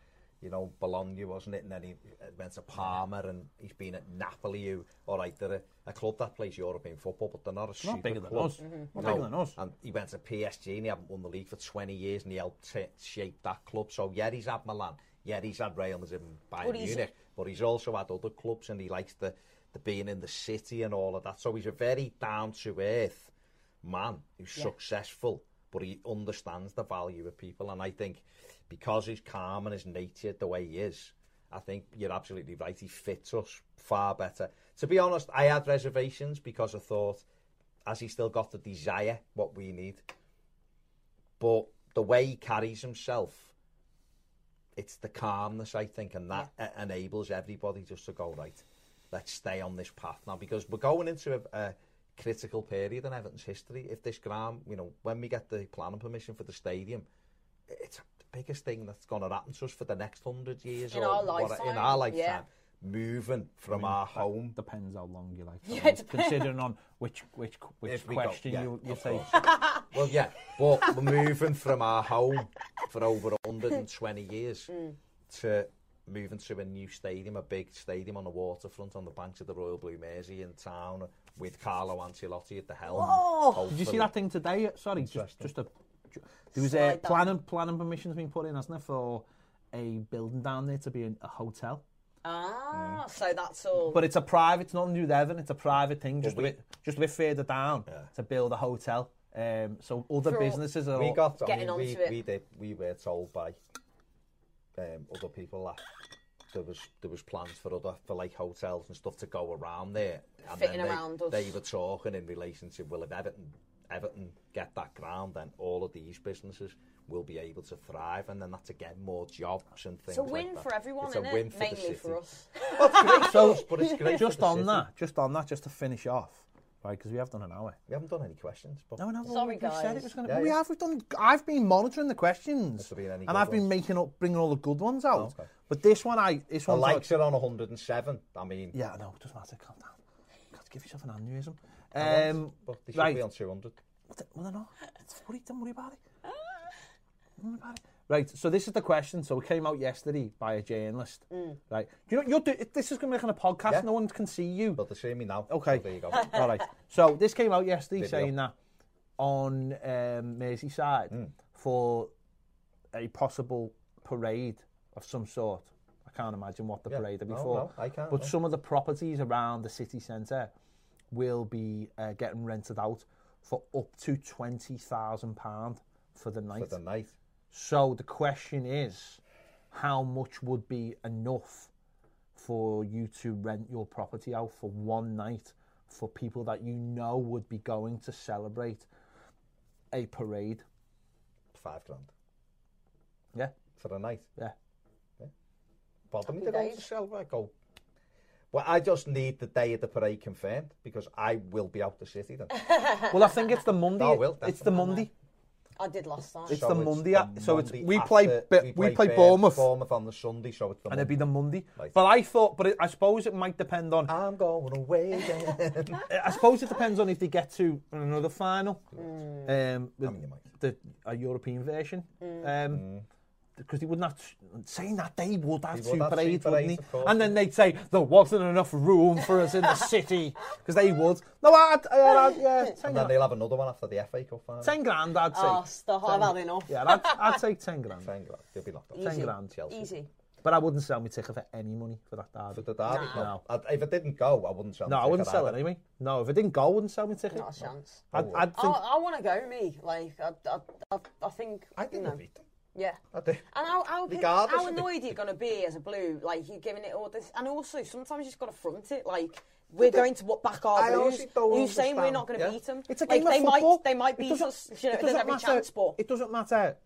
S3: you know, Bologna, wasn't it? And then he uh, went to Parma, and he's been at Napoli. Who, all right, they're a, a club that plays European football, but they're not a
S2: They're
S3: super
S2: not bigger than
S3: club.
S2: us. Mm-hmm. Not bigger than us.
S3: And he went to PSG and he hadn't won the league for 20 years and he helped t- shape that club. So, yeah, he's had Milan. Yeah, he's had Real Madrid and Bayern
S4: But he's-
S3: Munich. But he's also had other clubs and he likes the, the being in the city and all of that. So he's a very down-to-earth man who's successful, but he understands the value of people. And I think because he's calm and his nature the way he is, I think you're absolutely right. He fits us far better. To be honest, I had reservations because I thought, has he still got the desire, what we need? But the way he carries himself, it's the calmness, I think, and that e- enables everybody just to go, right, let's stay on this path now, because we're going into a, a critical period in Everton's history. If this ground, you know, when we get the planning permission for the stadium, it's the biggest thing that's going to happen to us for the next hundred years
S4: In
S3: or
S4: our
S3: what- in
S4: lifetime,
S3: our lifetime.
S4: yeah.
S3: Moving from our home
S2: Depends how long you like.
S4: Yeah,
S2: that one,
S4: it depends.
S2: considering on which which which
S3: If we go-
S2: question
S3: yeah,
S2: you you
S3: of
S2: take.
S3: course. well, yeah, but we're moving from our home for over 120 years to moving to a new stadium, a big stadium on the waterfront on the banks of the Royal Blue Mersey in town with Carlo Ancelotti at the helm. Whoa!
S2: Did you see that thing today? Sorry, just, just a. ju- There was a
S4: Slide down.
S2: planning planning permission's been put in, hasn't it, for a building down there to be an- a hotel.
S4: Ah,
S3: Mm.
S4: so that's all.
S2: But it's a private. It's nothing to do with Evan. It's a private thing, just
S3: we-
S2: a bit just a bit further down to build a hotel. Um, so other
S4: For all-
S2: businesses are
S3: We
S2: all-
S3: got, I
S4: Getting
S3: mean, we,
S4: onto it.
S3: we did, we were told by um, other people that there was there was plans for other for like hotels and stuff to go around there. And
S4: Fitting
S3: then they,
S4: around us.
S3: They were talking in relation to well, if Everton Everton get that ground, then all of these businesses will be able to thrive, and then that's again more jobs and things.
S4: it's a
S3: like
S4: win
S3: that.
S4: for everyone,
S3: It's
S4: isn't
S3: a
S4: it?
S3: win for the
S4: Mainly
S3: city.
S4: for us.
S3: Well, it's great for us, but it's great for
S2: just
S3: the
S2: on
S3: city.
S2: that. Just on that. Just to finish off, right? Because we have done an hour.
S3: We haven't done any questions, but
S2: No, no, well,
S4: Sorry,
S2: we said
S4: guys.
S2: it was going to.
S3: Yeah,
S2: we
S3: yeah.
S2: have. We've done. I've been monitoring the questions,
S3: Must have been any
S2: and
S3: good
S2: I've been
S3: ones.
S2: making up, bringing all the good ones out.
S3: okay.
S2: But this one, I this
S3: the
S2: one,
S3: likes are on 107. I mean,
S2: Yeah, no, it doesn't matter. Calm down. God, give yourself an aneurysm. Um,
S3: but they should
S2: right.
S3: be on 200.
S2: Well, they- well, they're not. It's worry, don't worry about it. Don't worry about it. Right, so this is the question. So it came out yesterday by a journalist. Right, you know, you're do- this is going to be on a podcast.
S3: Mm. Yeah.
S2: No one can see you.
S3: But they see me now.
S2: Oh, Okay.
S3: So Oh, there you go.
S2: All right. So this came out yesterday
S3: Video.
S2: saying that on um, Merseyside
S3: Hmm.
S2: for a possible parade of some sort. I can't imagine what the
S3: Yeah.
S2: parade would be
S3: No,
S2: for.
S3: no, I can't,
S2: But
S3: no.
S2: some of the properties around the city centre will be uh, getting rented out for up to twenty thousand pound for the night.
S3: for the night.
S2: So the question is, how much would be enough for you to rent your property out for one night for people that you know would be going to celebrate a parade?
S3: Five grand
S2: Yeah,
S3: for the night.
S2: yeah.
S3: Bother me
S4: Happy
S3: to go to
S4: days.
S3: Selva. Go. Well, I just need the day of the parade confirmed because I will be out the city then.
S2: Well, I think it's the Monday.
S3: Oh, well,
S2: it's the
S3: definitely.
S2: Monday.
S4: I did last time.
S2: It's the Monday a- so it's- we
S3: after-
S2: play Bi- we play
S3: Bur-
S2: Bournemouth.
S3: Bournemouth on the Sunday, so it's the
S2: And it'd be
S3: Monday.
S2: the Monday.
S3: Right.
S2: But I thought, but it, I suppose it might depend on.
S3: I'm going away again.
S2: Uh, I suppose it depends on if they get to another final,
S4: Mm.
S2: um, with
S3: mean, they might. Mm.
S2: the a European version,
S4: Mm.
S2: um, because they wouldn't have saying that they would have
S3: They
S2: two
S3: would have two
S2: parades,
S3: parades,
S2: wouldn't
S3: of
S2: they?
S3: course,
S2: And then
S3: yeah.
S2: they'd say there wasn't enough room for us in the city because they would. No, I'd, I'd, I'd- yeah, ten,
S3: and then
S2: grand,
S3: they'll have another one after the FA Cup final.
S2: ten grand, I'd
S4: oh,
S2: take.
S4: stuff. I've had enough.
S2: Yeah, I'd, I'd take ten grand,
S3: Ten grand. They'll be knocked off.
S4: Easy.
S2: grand.
S3: Chelsea.
S4: Easy.
S2: but I wouldn't sell my ticket for any money for that derby.
S3: For the derby.
S4: Nah.
S3: No. I, if it didn't go, I wouldn't sell
S2: no,
S3: the
S2: I wouldn't
S3: ticket
S2: sell it
S3: either.
S2: anyway. No, if it didn't go, I wouldn't sell my ticket.
S4: Not a chance. Oh,
S2: I'd,
S3: would.
S2: I'd think.
S4: I, I want to go, me. Like, I, I, I, I think.
S3: I
S4: you
S3: didn't
S4: know,
S3: beat them.
S4: Yeah.
S3: I did.
S4: And how, how, pissed-
S3: Regardless
S4: how
S3: of the-
S4: annoyed are you going to be as a blue? Like, you're giving it all this. And also, sometimes you've just got to front it. Like, we're going to what back our
S3: I
S4: blues.
S3: honestly don't
S4: Who's saying we're
S3: understand,
S4: not going to
S3: yeah?
S4: beat them?
S2: It's a
S4: like,
S2: game
S4: they
S2: of football.
S4: Might, they might
S2: It
S4: beat
S2: doesn't-
S4: us. You
S2: it
S4: know, there's
S2: doesn't
S4: every
S2: matter-
S4: chance, but.
S2: it doesn't matter.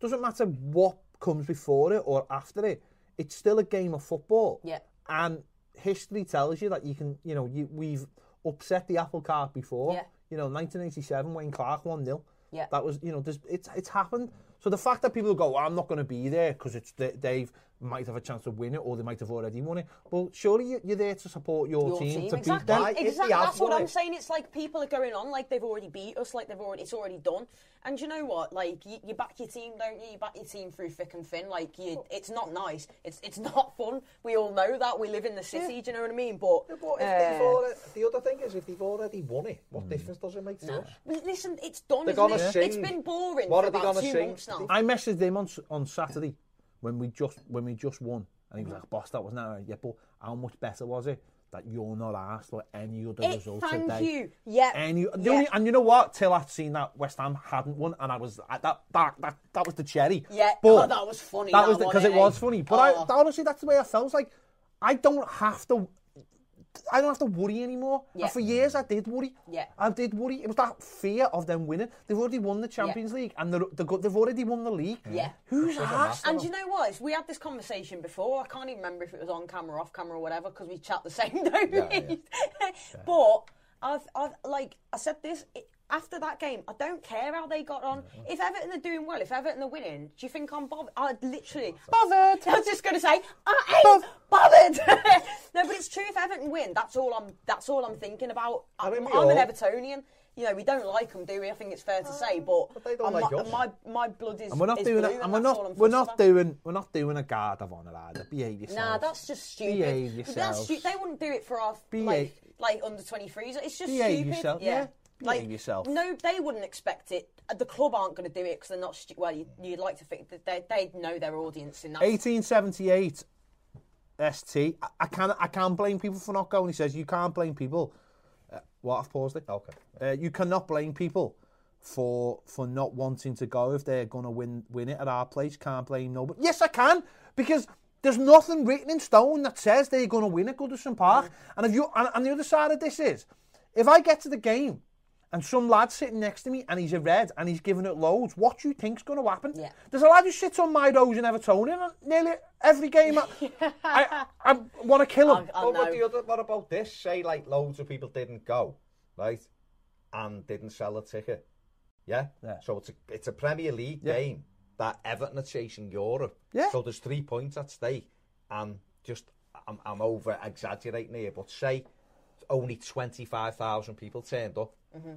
S2: Doesn't matter what comes before it or after it. It's still a game of football.
S4: Yeah.
S2: And history tells you that you can. You know, you, we've upset the apple cart before.
S4: Yeah.
S2: You know, 1987, Wayne Clark one 0
S4: Yeah.
S2: That was. You know, there's, it's it's happened. So the fact that people go, well, I'm not going to be there because it's they, they've might have a chance to win it or they might have already won it. Well, surely you- you're there to support your,
S4: your team.
S2: to beat
S4: Exactly.
S2: them.
S3: Why? If they
S4: exactly.
S3: have
S4: That's what
S3: won
S4: I'm
S3: it.
S4: saying. It's like people are going on like they've already beat us, like they've already it's already done. And you know what? Like you, you back your team, don't you? You back your team through thick and thin. Like you, it's not nice. It's it's not fun. We all know that. We live in the city. Do you know what I mean? But,
S3: Yeah, but if
S4: uh,
S3: they've already, the other thing is, if they've already won it, what difference does it make to us?
S4: well, listen, it's done.
S3: They're
S4: isn't
S3: gonna
S4: it?
S3: sing.
S4: It's been boring
S3: What
S4: for
S3: are they
S4: about
S3: gonna
S4: two
S3: sing?
S4: months now.
S2: I messaged him on s- on Saturday when we just when we just won, and he was like, "Boss, that was not right. Yeah, but how much better was it that you're not asked for any other
S4: It-
S2: result
S4: thank
S2: today?"
S4: you. Yeah.
S2: And you, the
S4: Yeah.
S2: only, and you know what? Till I'd seen that West Ham hadn't won, and I was I- that that that, that was the cherry.
S4: Yeah. Oh, that was funny,
S2: That,
S4: that
S2: was
S4: one,
S2: because it
S4: eh?
S2: was funny. But
S4: Oh.
S2: I, honestly, that's the way I felt. It's Like I don't have to. I don't have to worry anymore.
S4: Yeah.
S2: And for years, I did worry.
S4: Yeah.
S2: I did worry. It was that fear of them winning. They've already won the Champions League, and they're, they're go- they've already won the league.
S4: Yeah.
S2: Who's asked?
S4: And do you know what? It's- We had this conversation before. I can't even remember if it was on camera, off camera, or whatever, because we chat the same, don't we? but I've, I've, like I said this it, after that game. I don't care how they got on. If Everton are doing well, if Everton are winning, do you think I'm bothered? I literally bothered. I was just going to say I ain't bothered. no, but it's true. If Everton win, that's all I'm. That's all I'm thinking about. I
S3: mean,
S4: am
S3: we
S4: an
S3: all-
S4: Evertonian. You know, we don't like them, do we? I think it's fair to say, but,
S3: but they don't
S4: I'm
S3: like
S4: not-
S3: us.
S4: my my blood is
S2: and we're not
S4: is
S2: doing
S4: blue,
S2: it. And we're
S4: that's all I'm
S2: not. We're
S4: fussed
S2: not
S4: about.
S2: doing. We're not doing a guard of honour either. Behave yourself.
S4: Nah, that's just stupid.
S2: Behave
S4: But
S2: yourselves.
S4: That's stu- they wouldn't do it for our
S2: Behave-
S4: like like under 23s. It's just
S2: Behave
S4: stupid.
S2: yourself,
S4: Yeah.
S2: yeah.
S4: Like,
S2: Behave yourself.
S4: No, they wouldn't expect it. Uh, The club aren't going to do it because they're not. Stu- well, you, you'd like to think that they they know their audience in that.
S2: 1878 ST. I, I can't I can't blame people for not going. He says you can't blame people. Uh, what I've paused it.
S3: Okay.
S2: Uh, you cannot blame people for for not wanting to go if they're gonna win win it at our place. Can't blame nobody. Yes, I can because. There's nothing written in stone that says they're going to win at Goodison Park. And if you and, and the other side of this is, if I get to the game and some lad sitting next to me and he's a red and he's giving it loads, what do you think's going to happen?
S4: Yeah.
S2: There's a lad who sits on my toes in Evertonian and nearly every game. I, I, I want to kill him.
S4: I
S3: Oh, But
S4: know.
S3: what, the other, what about this? Say, like, loads of people didn't go, right? And didn't sell a ticket. Yeah?
S2: Yeah.
S3: So it's a, it's a Premier League
S2: Yeah.
S3: game that Everton are chasing Europe.
S2: Yeah.
S3: So there's three points at stake. And just, I'm, I'm over exaggerating here, but say only 25,000 people turned up.
S2: Mm-hmm.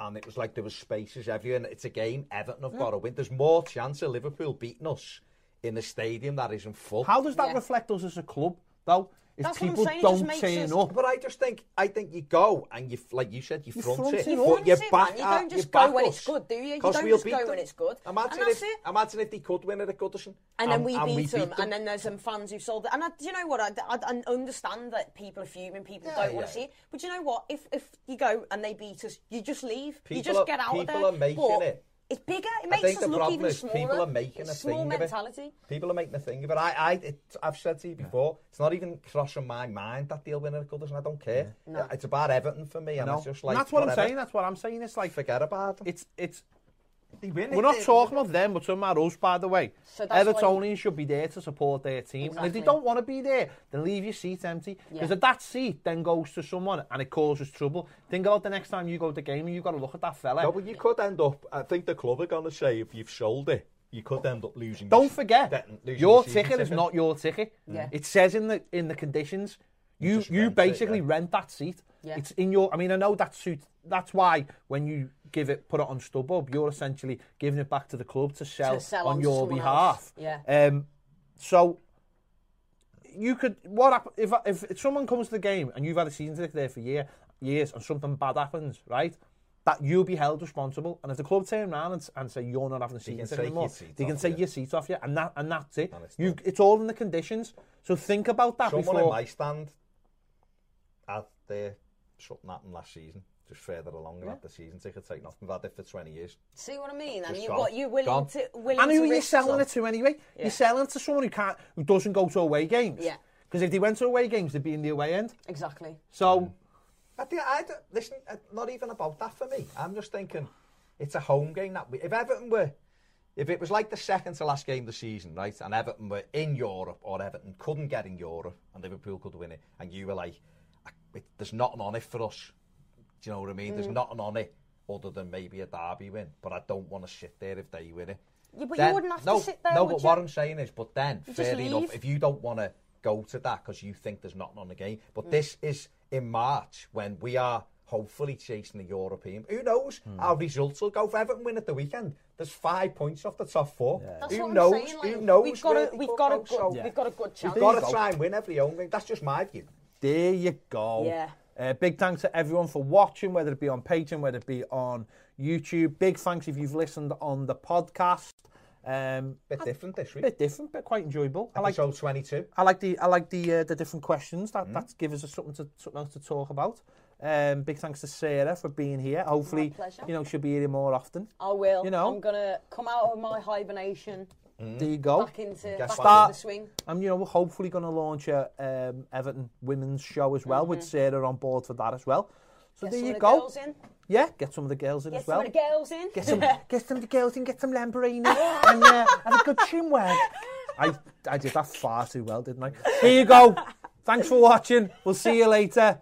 S3: And it was like there was spaces everywhere. And it's a game Everton have got to win. There's more chance of Liverpool beating us in a stadium that isn't full.
S2: How does that
S4: Yeah.
S2: reflect us as a club, though? If
S4: That's what I'm
S2: people
S4: saying, it just
S2: don't
S4: makes
S2: turn
S4: us-
S2: up,
S3: But I just think I think you go and you f- like you said you,
S2: You
S3: front,
S2: front
S3: it.
S2: it. You
S3: but
S4: front
S3: you
S4: it,
S3: back
S4: man. You
S3: our-
S4: don't just
S3: back
S4: go when
S3: us.
S4: it's good, do you? You
S3: 'Cause
S4: don't
S3: we'll
S4: just
S3: beat
S4: go
S3: them.
S4: when it's good.
S3: Imagine
S4: And
S3: if
S4: that's it.
S3: imagine if they could win it at Goodison
S4: And then we
S3: Um, and
S4: beat,
S3: we
S4: them, and then there's some fans who sold it. And I, do you know what? I, I, I understand that people are fuming, people don't want
S3: yeah.
S4: to see it. But do you know what? If if you go and they beat us, you just leave. you
S3: People
S4: just
S3: are-
S4: get out of there.
S3: people are making
S4: But
S3: it.
S4: It's bigger. It
S3: I
S4: makes
S3: think
S4: us
S3: the
S4: look
S3: problem
S4: even
S3: is
S4: smaller.
S3: people are making
S4: it's
S3: a
S4: small
S3: thing of it.
S4: mentality.
S3: People are making a thing of it. I, I, it, I've said to you before, it's not even crossing my mind that they'll win it at Goodison. I don't care. It's about Everton for me, and
S2: no.
S3: it's just like
S2: and that's what
S3: whatever.
S2: I'm saying. That's what I'm saying. It's like
S3: Forget about them.
S2: it's it's.
S3: They win
S2: We're
S3: it,
S2: not
S3: they-
S2: talking about them. We're talking about us, by the way.
S4: So that's why
S2: Evertonians should be there to support their team, and if they
S4: Exactly.
S2: don't want to be there, then leave your seat empty. Because
S4: Yeah.
S2: if that seat then goes to someone and it causes trouble, think about the next time you go to the game and you've got to look at that fella.
S3: No, but you could end up. I think the club are going to say if you've sold it, you could end up losing. your
S2: Don't
S3: se-
S2: forget,
S3: de- losing
S2: your
S3: season
S2: ticket, is not your ticket.
S4: Yeah.
S2: It says in the in the conditions you
S3: just
S2: you
S3: rent it,
S2: basically
S3: yeah.
S2: rent that seat.
S4: Yeah.
S2: It's in your. I mean, I know that suit. That's why when you give it, put it on StubHub, you're essentially giving it back to the club to sell,
S4: To sell
S2: on,
S4: on to
S2: your
S4: someone
S2: behalf.
S4: else, yeah.
S2: Um. So you could what happen if if if someone comes to the game and you've had a season ticket there for year years and something bad happens, right? That you'll be held responsible, and if the club turn around and, and say you're not having a season
S3: can
S2: ticket
S3: take your
S2: anymore,
S3: seat
S2: they can
S3: off
S2: take
S3: you.
S2: your seat off you, and that and that's it.
S3: it's
S2: you,
S3: done.
S2: it's all in the conditions. So think about that
S3: Someone
S2: before.
S3: in my stand had their something happened last season, just further along and had the season ticket taken off. We've had it for 20 years.
S4: See what I mean? And
S3: Just
S4: you
S3: gone.
S4: what you're willing
S3: Gone.
S4: to willing
S2: and
S4: to
S2: who are you
S4: risk
S2: selling
S4: some.
S2: it to anyway? You're selling it to someone who can't, who doesn't go to away games.
S4: Yeah.
S2: Because if they went to away games, they'd be in the away end.
S4: Exactly.
S2: So
S3: Mm. I, think- I don't- listen, uh, not even about that for me. I'm just thinking it's a home game that we, if Everton were if it was like the second to last game of the season, right, and Everton were in Europe or Everton couldn't get in Europe and Liverpool could win it, and you were like, I- it, there's nothing on it for us. Do
S4: Mm.
S3: you know what I mean? There's nothing on it other than maybe a derby win, but I don't want to sit there if they win it.
S4: Yeah, but
S3: Then-
S4: you wouldn't have
S3: no,
S4: to sit there.
S3: No,
S4: would
S3: but
S4: you?
S3: what I'm saying is, but then,
S4: You just
S3: fair enough,
S4: leave.
S3: if you don't want to go to that because you think there's nothing on the game, but
S4: Hmm.
S3: this is in March when we are hopefully chasing the European. Who knows? Our results will go. If Everton win at the weekend, there's five points off the top four.
S4: That's
S3: Who
S4: what I'm
S3: knows?
S4: saying, like,
S3: Who knows?
S4: We've got
S3: where
S4: a
S3: the
S4: we've
S3: cup
S4: got a
S3: goes?
S4: good
S3: So
S4: we've got a good chance.
S3: We've got to try and win every home game. That's just my view.
S2: There you go.
S4: Yeah.
S2: Uh, big thanks to everyone for watching, whether it be on Patreon, whether it be on YouTube. Big thanks if you've listened on the podcast. Um,
S3: Bit different this
S2: a
S3: week.
S2: bit different, but quite enjoyable. I like.
S3: Episode 22.
S2: I like the I like the uh, the different questions that that gives us something to something else to talk about. Um, big thanks to Sarah for being here. Hopefully,
S4: pleasure.
S2: you know she'll be here more often.
S4: I will.
S2: You know.
S4: I'm gonna come out of my hibernation
S2: There you go.
S4: back into
S3: Guess
S4: back
S3: what?
S4: into the swing.
S2: And you know we're hopefully going to launch a um, Everton women's show as well with Sarah on board for that as well. So
S4: Mm-hmm. Get
S2: there
S4: some
S2: you
S4: of the
S2: go.
S4: girls in.
S2: Yeah, get some of the girls in
S4: Get
S2: as well.
S4: some of the girls in.
S2: Get some, get some of the girls in, get some Lamborghini, and uh, have a good chin wag. I, I did that far too well, didn't I? Here you go. Thanks for watching. We'll see you later.